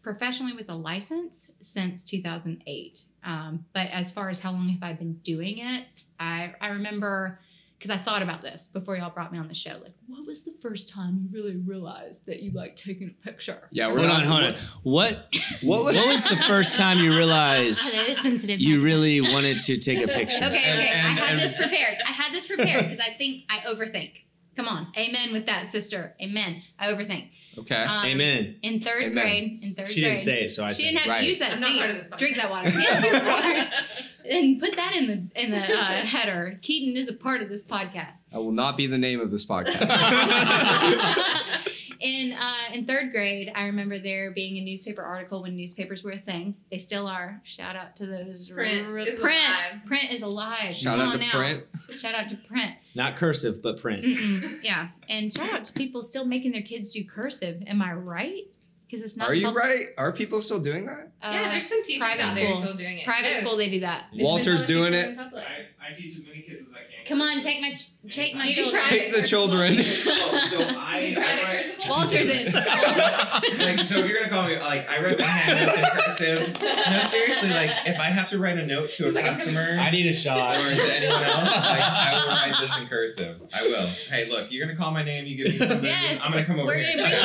professionally with a license since 2008. Um, but as far as how long have I been doing it, I, I remember because I thought about this before y'all brought me on the show. Like, what was the first time you really realized that you like taking a picture?
Yeah,
Hold on, hold on. What
What
what
was
was the first time you
(laughs)
(laughs)
realized
Hello, sensitive.
you really wanted to take a picture?
Okay, okay.
And-
I
and-
had
and-
this prepared. I had this prepared because I think I overthink. Come on. Amen with that, sister. Amen. I overthink.
Okay.
Um,
Amen.
In third
Amen.
grade, in third
She
grade.
didn't say it, so I
she
said
didn't
it.
have
right.
to use that.
(laughs) I'm not
thing.
part of this podcast.
Drink that
(laughs)
water. Yes, you're part. and put that in the in the uh, header. Keaton is a part of this
(laughs)
podcast.
I will not be the name of
(laughs)
this podcast. (laughs)
in uh, in third grade, I remember there being a newspaper article when newspapers were a thing. They still are. Shout out to those
Print is
print.
alive.
Print is alive.
Shout
Come
out
on
to
now.
print.
Shout out to print.
Not cursive, but print.
Mm-mm. Yeah, and shout out to people still making their kids do cursive. Am I right? Because it's not.
Are you
public-
right? Are people still doing that?
Uh,
yeah, there's some teachers
private
out there
school.
still doing it.
private
too.
school. They do that.
It's
Walter's
been
doing
public
it.
in public.
I, I teach as many kids as I can.
Come on, take my ch- take my
Do you do
children.
private
Take the
or (laughs)
children.
(laughs) Oh, so I,
Private
I write,
versus public?
Walter's in.
(laughs) like, so if you're gonna call me, like, I write my hand in cursive. No, seriously, like, if I have to write a note to a
He's like, I'm
customer
I need a
or
shot.
to
(laughs)
anyone else, like, I will write this in cursive. I will. Hey, look, you're gonna call my name. You give me some booze.
Yes,
I'm gonna come over
we're
here.
gonna bring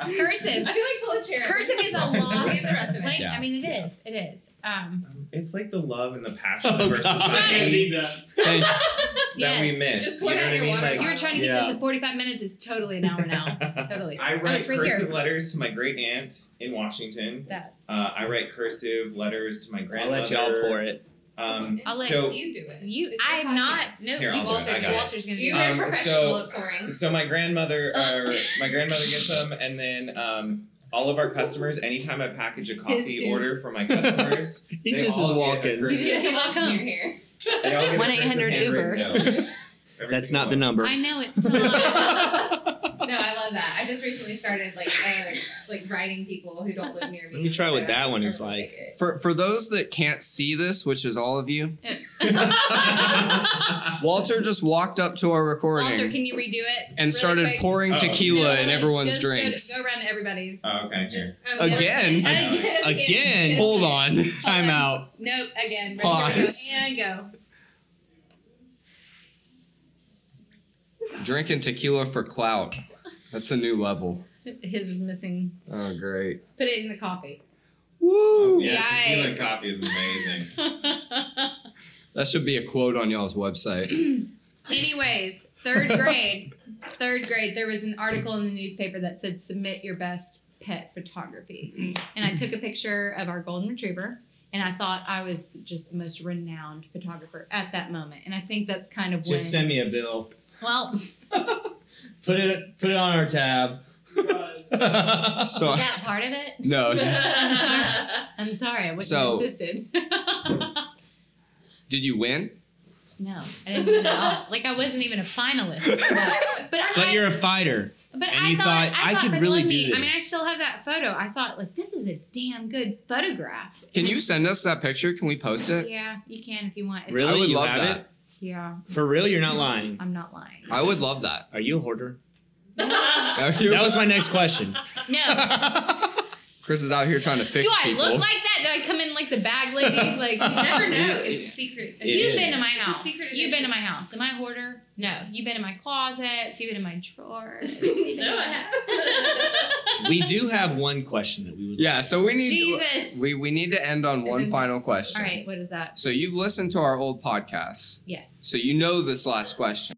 and
cursive.
I feel like pull a chair.
Cursive is a
Leave the
lost.
rest of it.
Like
Yeah.
I mean, it is. It is. Um,
check. (laughs) it's like the love and the passion
Oh,
of our
God.
You guys
society
need
(laughs)
that.
Hey,
that
(laughs)
we
Yes.
miss.
Just
you know
point
what
out
I
your
mean?
water
Like,
you were trying to get
Yeah.
this in 45 minutes. It's totally an hour
(laughs)
now. Totally.
I
Oh,
write
it's right
cursive
here.
letters to my great aunt in Washington.
That.
Uh, I write cursive letters to my
I'll
grandmother.
let y'all pour it.
Um,
I'll let
so,
you do it.
You.
It's your
I'm not.
podcast.
No.
Here, I'll do it.
Walter.
I got it.
Walter's gonna do
You're
it.
Um,
a professional
so- (laughs)
at pouring.
so my grandmother,
Oh.
uh, my grandmother gets them, and then um, all of our customers. Anytime I package a coffee
dude.
order for my customers,
He
They
just
all
is
get
walking.
a
You just
You're
walk
welcome.
near here.
(laughs)
(laughs)
they all get a cursive
1-800 Uber.
handwritten note.
(laughs)
Every
That's
single
not the
one.
number.
I know
(laughs)
it's
no,
not.
I love that. I just recently started like uh, like writing people who don't live near me.
Let me try what
so
that one
I
is
don't
like.
it.
(laughs)
for for those that can't see this, which is all of you,
(laughs)
Walter,
Walter just walked up to our recording
Walter, can you redo it?
and started
pouring
pouring
Oh.
tequila
in
in everyone's
just
drinks.
Go, to, go around to everybody's.
Oh, okay. here.
Just um,
Again?
(laughs)
Again.
Again?
Hold on.
Time out.
Nope. Again. Ready,
Pause.
Ready, go, and go.
Drinking tequila for clout. That's a new level.
His is missing.
Oh, great. Oh,
Put it in the coffee.
Woo!
yeah, tequila and
Yikes.
coffee is amazing.
That should be a quote on y'all's (laughs) website.
(laughs) Anyways, third grade, third grade, there was an article in the newspaper that said submit your best pet photography. And I took a picture of our golden retriever and I thought I was just the most renowned photographer at that moment. And I think that's kind of when
Just send me a bill.
well,
Put it put it on our tab.
Uh,
So,
is that part of it?
(laughs)
Oh,
no.
(laughs)
I'm sorry, I wouldn't have
So-
insisted. (laughs)
Did you win?
no, I didn't win at all. Like I wasn't even a finalist.
(laughs)
But, but
But
I,
you're a fighter.
But
And
I
you
thought,
thought,
I,
"I
thought
could
for
really do
Lundy- I mean, I
this."
still have that photo. I thought, like, this is a damn good photograph.
Can
And
you send us that picture? Can we post
it-
it?
Yeah, you can if you want. It's-
uh, Really?
I would
You
love
have
that.
it?
Yeah,
For real, you're not lying.
I'm not
(laughs)
lying.
I would love
(laughs)
that.
Are you a hoarder?
Are you-
That was my next question.
No.
(laughs) Chris is out here trying to fix
Do I
people.
look like that? Did I come in like the bag lady? Like,
You never know.
(laughs) It-
It's a secret.
it
You've
is.
been to my
It's a
house.
secret
You've been to
addiction.
my house. Am I a hoarder? No. You've been in my closets. You've been in my
(laughs)
drawers. You've been
No, I
in-
have.
We do have one question that we would.
yeah, so we need
Jesus.
we we need to end on one
then-
final question.
All right. What is that?
So you've listened to our old podcasts,
Yes.
so you know this last question.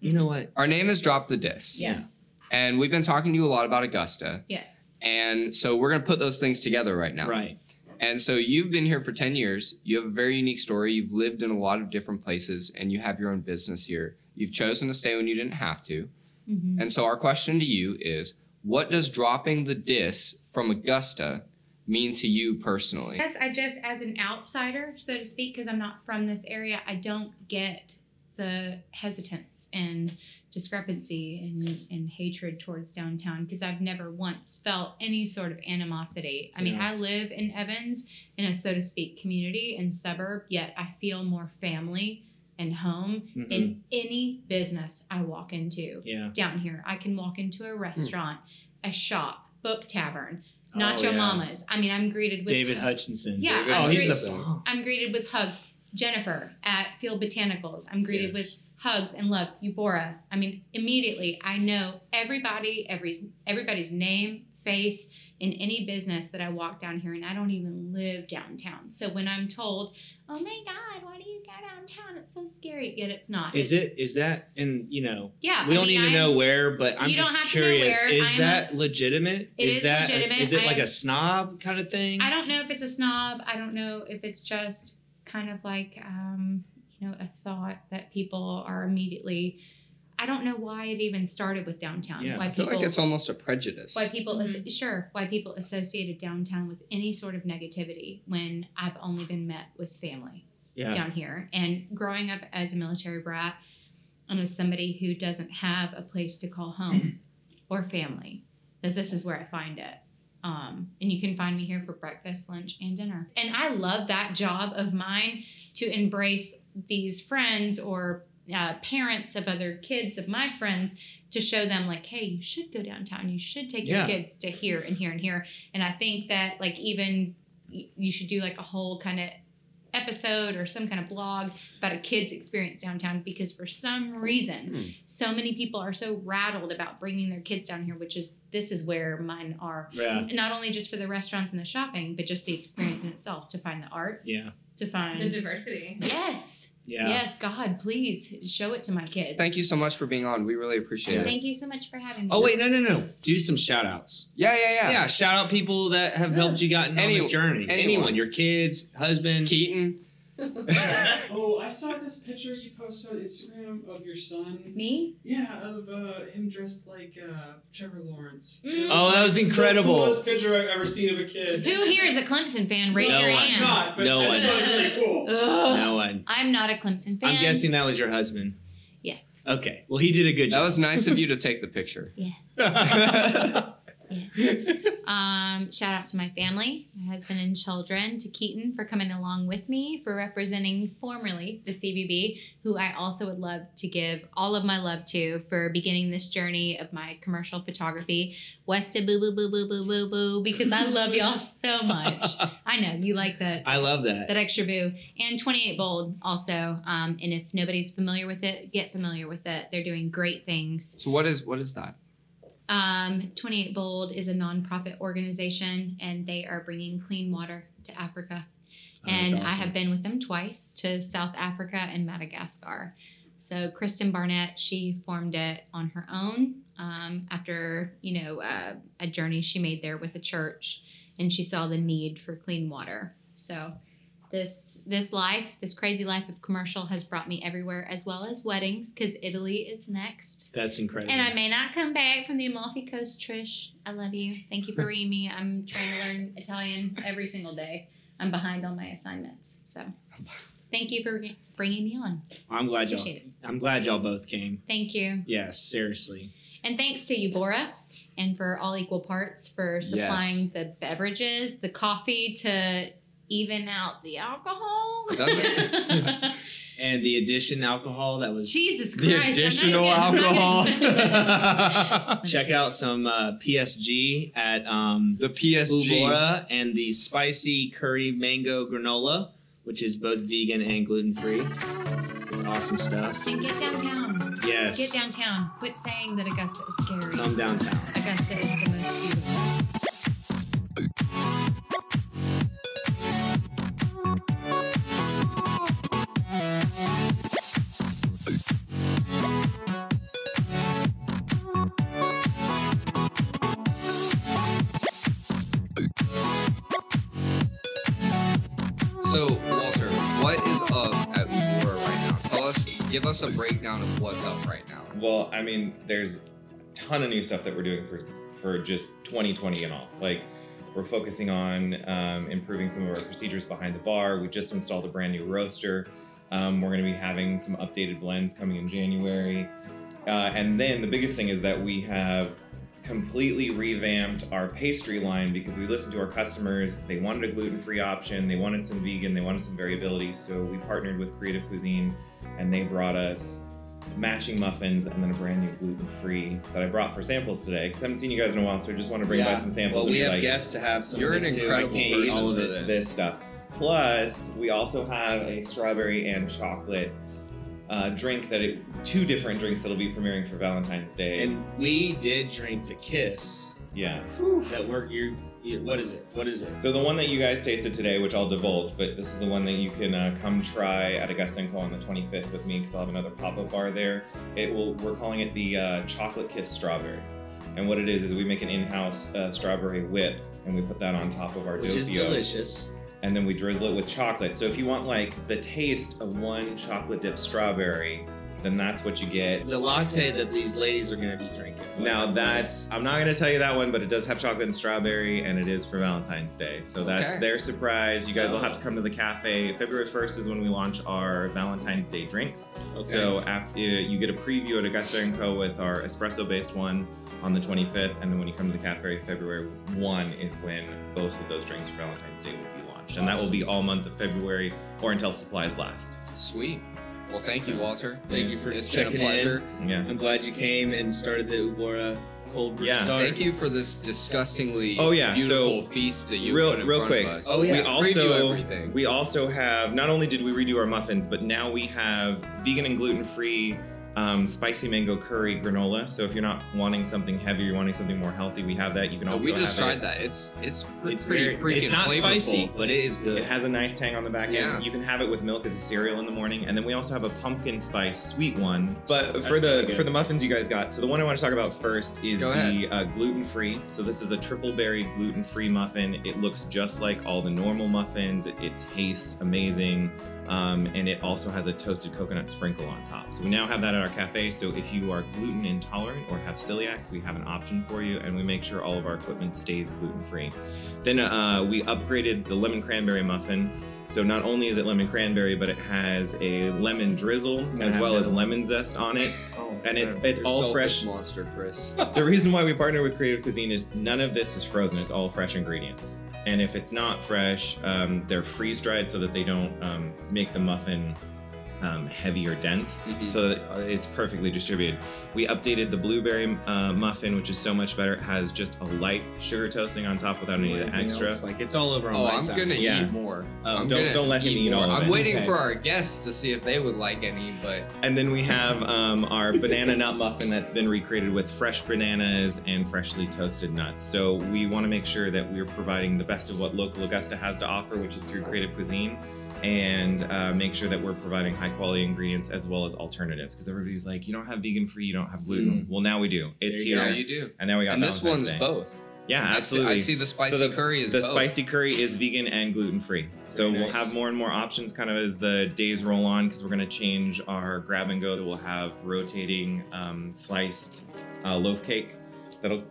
You know what?
Our name is Drop the Disc,
Yes.
and we've been talking to you a lot about Augusta,
Yes.
and so we're gonna put those things together right now.
Right.
And so you've been here for 10 years. You have a very unique story. You've lived in a lot of different places and you have your own business here. You've chosen to stay when you didn't have to.
Mhm.
And so our question to you is what does dropping the dis from Augusta mean to you personally?
guess I just, as an outsider, so to speak, because I'm not from this area, I don't get the hesitance and discrepancy and, and hatred towards downtown because I've never once felt any sort of animosity. I mean,
Yeah.
I live in Evans in a, so to speak, community and suburb, yet I feel more family and home
Mhm.
in any business I walk into
Yeah. Hmm.
down here. I can walk into a restaurant, a shop, book tavern, Nacho
Oh, yeah.
Mamas. I mean, I'm greeted with
David Hutchinson.
Yeah,
David
I'm
oh, he's
great.
the bomb.
I'm greeted with hugs. Jennifer at Field Botanicals, I'm greeted
Yes.
with hugs and love. Eubora, I mean, immediately I know everybody, every everybody's name, face in any business that I walk down here, and I don't even live downtown. So when I'm told, "Oh my God, why do you go downtown? It's so scary," yet it's not.
Is it is that and you know
Yeah,
we
I
don't
mean,
even
I'm-
know where, but I'm
You don't
just
have to know
curious.
where.
Is
I'm
that legitimate?
It
is
is
that
legitimate.
is it like
I'm-
a snob kind of thing?
I don't know if it's a snob. I don't know if it's just kind of like, um, you know, a thought that people are immediately. I don't know why it even started with downtown.
Yeah,
why
I feel
people,
like it's almost a prejudice.
why people, as- sure, why people associated downtown with any sort of negativity when I've only been met with family
yeah.
down here. And growing up as a military brat and as somebody who doesn't have a place to call home or family, that this is where I find it. Um, and you can find me here for breakfast, lunch, and dinner. And I love that job of mine to embrace these friends or uh, parents of other kids of my friends to show them like hey you should go downtown you should take
Yeah.
your kids to here and here and here and i think that like even y- you should do like a whole kind of episode or some kind of blog about a kid's experience downtown because for some reason
Hmm.
so many people are so rattled about bringing their kids down here which is this is where mine are
Yeah.
not only just for the restaurants and the shopping but just the experience in itself to find the art
Yeah.
to
(laughs) The
find
(laughs)
diversity. (laughs)
yes
Yeah.
yes god please show it to my kids
Thank you so much for being on. We really appreciate it.
Thank you so much for having me
Oh wait, no, no, no. Do some shout outs.
Yeah, yeah,
Yeah.
yeah.
shout out people that have helped you gotten on
Any-
this journey.
anyone.
your kids, husband.
Keaton.
Oh, I saw this picture you posted on Instagram of your son.
me
Yeah, of uh, him dressed like uh, Trevor Lawrence.
Mm.
It was
Oh, that was
like the
incredible.
coolest picture I've ever seen of a kid.
who here is a clemson fan raise
No
your
one.
I'm
hand
not, but
No
I
one.
just thought it was really cool.
Ugh.
No one.
i'm not a clemson fan
I'm guessing that was your husband.
yes
Okay. Well, he did a good
That
job.
was nice of you to take the picture.
yes
yeah.
(laughs) Um, shout out to my family, my husband and children, to Keaton for coming along with me, for representing formerly the CBB, who I also would love to give all of my love to for beginning this journey of my commercial photography. Westa boo boo boo boo boo boo boo, because I love y'all so much. I know you like that
(laughs) I love that.
that extra boo and 28 bold also um, and if nobody's familiar with it get familiar with it they're doing great things
So what is what is that?
um, 28 Bold is a nonprofit organization and they are bringing clean water to Africa.
Oh, that's
and I
awesome.
have been with them twice to South Africa and Madagascar. So Kristen Barnett, she formed it on her own um, after you know uh, a journey she made there with the church, and she saw the need for clean water. So this this life, this crazy life of commercial, has brought me everywhere, as well as weddings, because Italy is next.
That's incredible.
And I may not come back from the Amalfi Coast, Trish. I love you. Thank you
(laughs)
for reading me. I'm trying to learn Italian every single day. I'm behind on my assignments. So thank you for bringing me on.
I'm glad y'all.
Appreciate it.
I'm glad y'all both came.
Thank you.
Yes, seriously.
And thanks to you, Bora, and for all equal parts for supplying the beverages, the coffee to even out the alcohol.
Does
And the addition alcohol that
(laughs)
was
Jesus
The
Christ. I'm
additional
not even-
(laughs) Check out some uh, PSG at um,
The PSG.
Ubora and the spicy curry mango granola, which is both vegan and gluten free. It's awesome stuff.
and get downtown.
Yes.
Get downtown. Quit saying that Augusta is scary.
Come downtown.
Augusta is the most beautiful.
So Walter, what is up at Laura right now? Tell us, give us a breakdown of what's up right now.
Well, I mean, there's a ton of new stuff that we're doing for for just 2020 and all. Like, we're focusing on um, improving some of our procedures behind the bar. We just installed a brand new roaster. Um, we're going to be having some updated blends coming in January, uh, and then the biggest thing is that we have completely revamped our pastry line because we listened to our customers. They wanted a gluten-free option. They wanted some vegan. They wanted some variability. So we partnered with Creative Cuisine, and they brought us matching muffins and then a brand new gluten free that I brought for samples today because I haven't seen you guys in a while, so I just want to bring
Yeah.
by some
Well,
samples and
we
be
have
like
guests to have some.
You're an incredible
I can't eat
person
all of
for this.
it.
this stuff. Plus, we also have a strawberry and chocolate uh, drink that it two different drinks that'll be premiering for Valentine's Day.
And we did drink the kiss
Yeah.
that work you you- what is it what is it
So the one that you guys tasted today, which I'll divulge, but this is the one that you can uh, come try at Augusta and Co on the 25th with me because I'll have another pop-up bar there. It will. We're calling it the uh, Chocolate Kiss Strawberry, and what it is is we make an in-house uh, strawberry whip, and we put that on top of our
which is
dopio.
delicious
and then we drizzle it with chocolate. So if you want like the taste of one chocolate dipped strawberry, then that's what you get.
the latte that these ladies are going to be drinking
Now that's I'm not gonna tell you that one, but it does have chocolate and strawberry, and it is for Valentine's Day. So that's
Okay.
their surprise. You guys will have to come to the cafe. February 1st is when we launch our Valentine's Day drinks.
okay.
So after you get a preview at Augusta and Co with our espresso-based one on the 25th, and then when you come to the cafe, February 1 is when both of those drinks for Valentine's Day will be launched, and that will be all month of February or until supplies last.
Sweet. Well, thank you, Walter.
thank you for
It's been a
checking
pleasure.
Yeah.
in i'm glad you came and started the ubora cold brew
Yeah.
start
Thank you for this disgustingly
Oh, yeah, so-
beautiful feast that you
real,
put in
real
front
quick.
of us.
Oh,
We
yeah.
Redo
also
everything.
we also have not only did we redo our muffins, but now we have vegan and gluten free um, spicy mango curry granola. So if you're not wanting something heavy, you're wanting something more healthy, we have that. You can
No,
also
Oh, we just
have
tried that. It's it's, fr-
it's
pretty
very
freaking
it's not
flavorful.
spicy but it is good
It has a nice tang on the back end.
Yeah.
You can have it with milk as a cereal in the morning, and then we also have a pumpkin spice sweet one. But for the
really good.
for the muffins you guys got, so the one I want to talk about first is
Go
the uh, gluten free. So this is a triple berry gluten free muffin. It looks just like all the normal muffins. It, it tastes amazing, um, and it also has a toasted coconut sprinkle on top. So we now have that at our cafe. So if you are gluten intolerant or have celiacs, we have an option for you, and we make sure all of our equipment stays gluten free. Then uh, we upgraded the lemon cranberry muffin. So not only is it lemon cranberry, but it has a lemon drizzle
gonna
as
have
well as
another one.
lemon zest on it,
(laughs) oh,
and it's it's
You're
all
selfish
fresh.
monster, Chris.
The reason why we partner with Creative Cuisine is none of this is frozen. It's all fresh ingredients, and if it's not fresh, um, they're freeze dried so that they don't um, make the muffin um, heavy or dense
Mhm.
so that uh, it's perfectly distributed. We updated the blueberry uh, muffin, which is so much better. It has just a light sugar toasting on top without any of the
Anything
extra.
else? like it's all over on
Oh,
my
I'm
side.
gonna
Yeah.
eat more.
Oh,
I'm
don't-
gonna
don't let him eat
more.
all of
I'm
it.
waiting
Okay.
for our guests to see if they would like any, but
And then we have um, our banana nut muffin that's been recreated with fresh bananas and freshly toasted nuts. So we want to make sure that we're providing the best of what local Augusta has to offer, which is through creative cuisine, and uh, make sure that we're providing high quality ingredients as well as alternatives. Because everybody's like, you don't have vegan free, you don't have gluten. Well, now we do. It's
There you
here.
go.
yeah, you do.
and now we got
And this
Valentine's
one's
Day.
both.
Yeah,
I see-
absolutely.
I see, the spicy
So
curry is
The
both.
spicy curry is vegan and gluten free. So
Very
we'll
nice.
have more and more options kind of as the days roll on because we're going to change our grab and go that we'll have rotating um, sliced uh, loaf cake that'll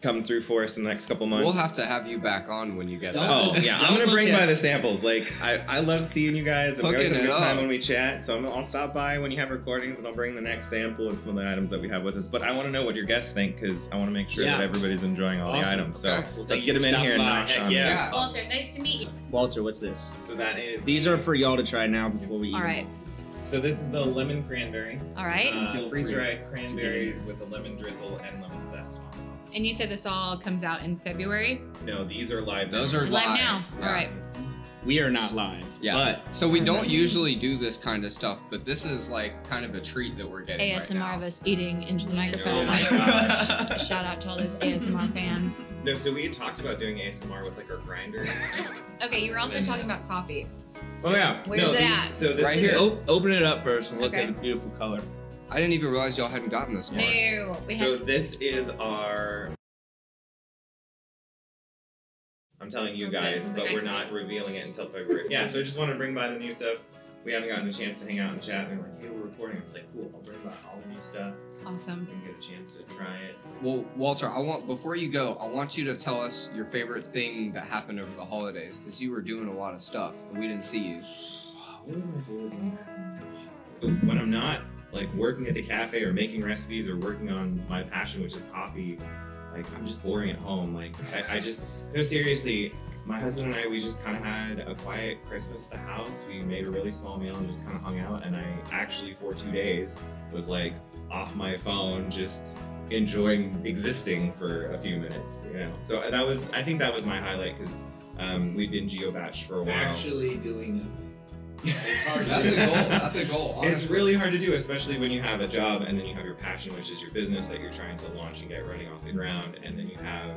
come through for us in the next couple months.
We'll have to have you back on when you get
Don't-
back.
(laughs)
Oh yeah, I'm
Don't
gonna
look
bring
at-
by the samples. Like I, I love seeing you guys. And we always
Hooking
have a
it
good time
up.
when we chat. So I'm, I'll stop by when you have recordings, and I'll bring the next sample and some of the items that we have with us. But I want to know what your guests think because I want to make sure
Yeah.
that everybody's enjoying all
Awesome.
the items. So
Okay.
Well, thank
let's
you
get them
for
in
stopping
here and
by.
knock
Heck
on
yeah.
these.
Walter, nice to meet you.
walter what's this
So that is
these are for y'all to try now before we eat
All
them.
right.
So this is the lemon cranberry.
All right.
Uh,
Feel
freeze
free
dried cranberries with a lemon drizzle and lemon zest on top.
And you said this all comes out in February.
No, these are
(laughs)
live.
Those are
Live
live
now.
yeah.
All right.
we are not live
Yeah.
but
So we don't usually do this kind of stuff, but this is like kind of a treat that we're getting
ASMR
right
of
now.
us eating into the
Oh
microphone.
my
(laughs)
gosh.
(laughs)
Shout out to all those ASMR fans.
No, so we had talked about doing ASMR with like our grinders.
Okay, you were also talking about coffee.
oh yeah
(laughs) Where's Oh.
no,
it
these,
at?
So this
Right
is
here.
O- open it up first and look
Okay.
at the beautiful color
I didn't even realize y'all hadn't gotten this far.
No, we
so
had
this is our. I'm telling
This
you
is- this
guys,
is
but we're
next
not revealing it until February. Yeah, so I just want to bring by the new stuff. We haven't gotten a chance to hang out and chat. And they're like, "Hey, we're recording." It's like, "Cool, I'll bring by all the new stuff
awesome.
and get a chance to try it."
Well, Walter, I want before you go, I want you to tell us your favorite thing that happened over the holidays because you were doing a lot of stuff and we didn't see you.
What is my favorite thing? When I'm not like working at the cafe or making recipes or working on my passion, which is coffee, like I'm just boring at home. Like I, I just no seriously. My husband and I, we just kind of had a quiet Christmas at the house. We made a really small meal and just kind of hung out. And I actually, for two days, was like off my phone, just enjoying existing for a few minutes. You know, so uh, that was I think that was my highlight because um, we'd been geo batched for a while.
actually doing It's hard.
That's a goal. That's a goal.
Oh, It's
honestly.
really hard to do, especially when you have a job and then you have your passion, which is your business that you're trying to launch and get running off the ground, and then you have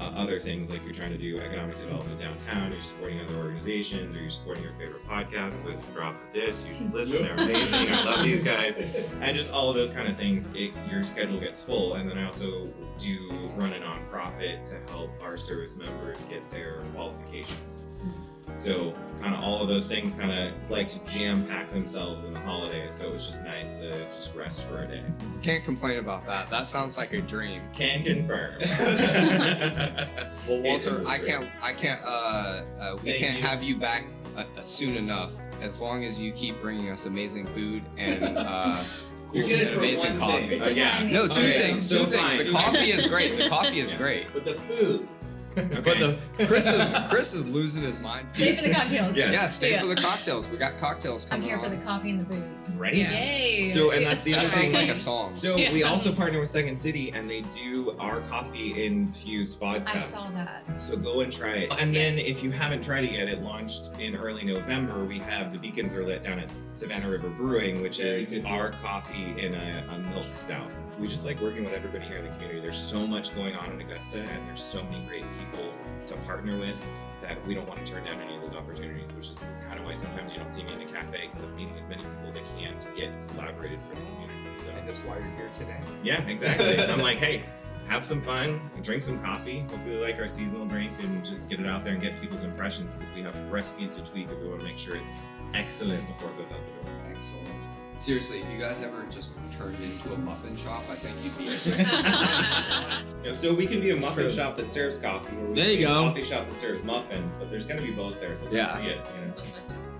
uh, other things like you're trying to do economic development downtown, you're supporting other organizations, or you're supporting your favorite podcast with drop of this. You should listen; they're amazing. I love these guys, and just all of those kind of things. It, your schedule gets full, and then I also do run a nonprofit to help our service members get their qualifications. So kind of all of those things kind of like to jam pack themselves in the holidays. So it's just nice to just rest for a day.
Can't complain about that. That sounds like a dream.
Can
(laughs)
confirm.
Well,
(laughs) It is
Walter,
a
I
dream.
can't. I can't. Uh, uh, we
Thank
can't
you.
have you back uh, uh, soon enough. As long as you keep bringing us amazing food and (laughs) uh, cool,
You're good for
amazing
one
coffee.
day.
This is
Oh, yeah.
why I made
No,
it.
two
Okay, I'm
things. Two
still fine.
things. The
Two
coffee
things.
is great. The coffee (laughs) is great.
But the food.
But the Chris (laughs) is Chris is losing his mind.
Stay for the cocktails.
Yes.
Yeah, stay
Yeah.
for the cocktails. We got cocktails
I'm
coming
here for
on.
the coffee and the booze.
right.
Yeah.
Yay!
So, and that's the
That
other
Yes.
thing,
sounds like a song.
So
Yeah.
we also partner with Second City, and they do our coffee infused vodka.
I saw that.
So go and try it. And then if you haven't tried it yet, it launched in early November. We have the beacons are lit down at Savannah River Brewing, which is our coffee in a, a milk stout. We just like working with everybody here in the community. There's so much going on in Augusta, and there's so many great people to partner with that we don't want to turn down any of those opportunities, which is kind of why sometimes you don't see me in the cafe because I'm meeting as many people as I can to get collaborated for the community. So
And that's why you're here today.
yeah, exactly. I'm like, hey, have some fun, drink some coffee, hopefully like our seasonal drink, and just get it out there and get people's impressions because we have recipes to tweak. and We want to make sure it's excellent before it goes out the door.
Excellent. Seriously, if you guys ever just turned into a muffin shop, I think you'd be.
You know, so we can be a muffin
True.
shop that serves coffee, or we
There
can
you
be
go.
a coffee shop that serves muffins, but there's gonna be both there, so we'll
Yeah.
(laughs)
(laughs) see it. You know?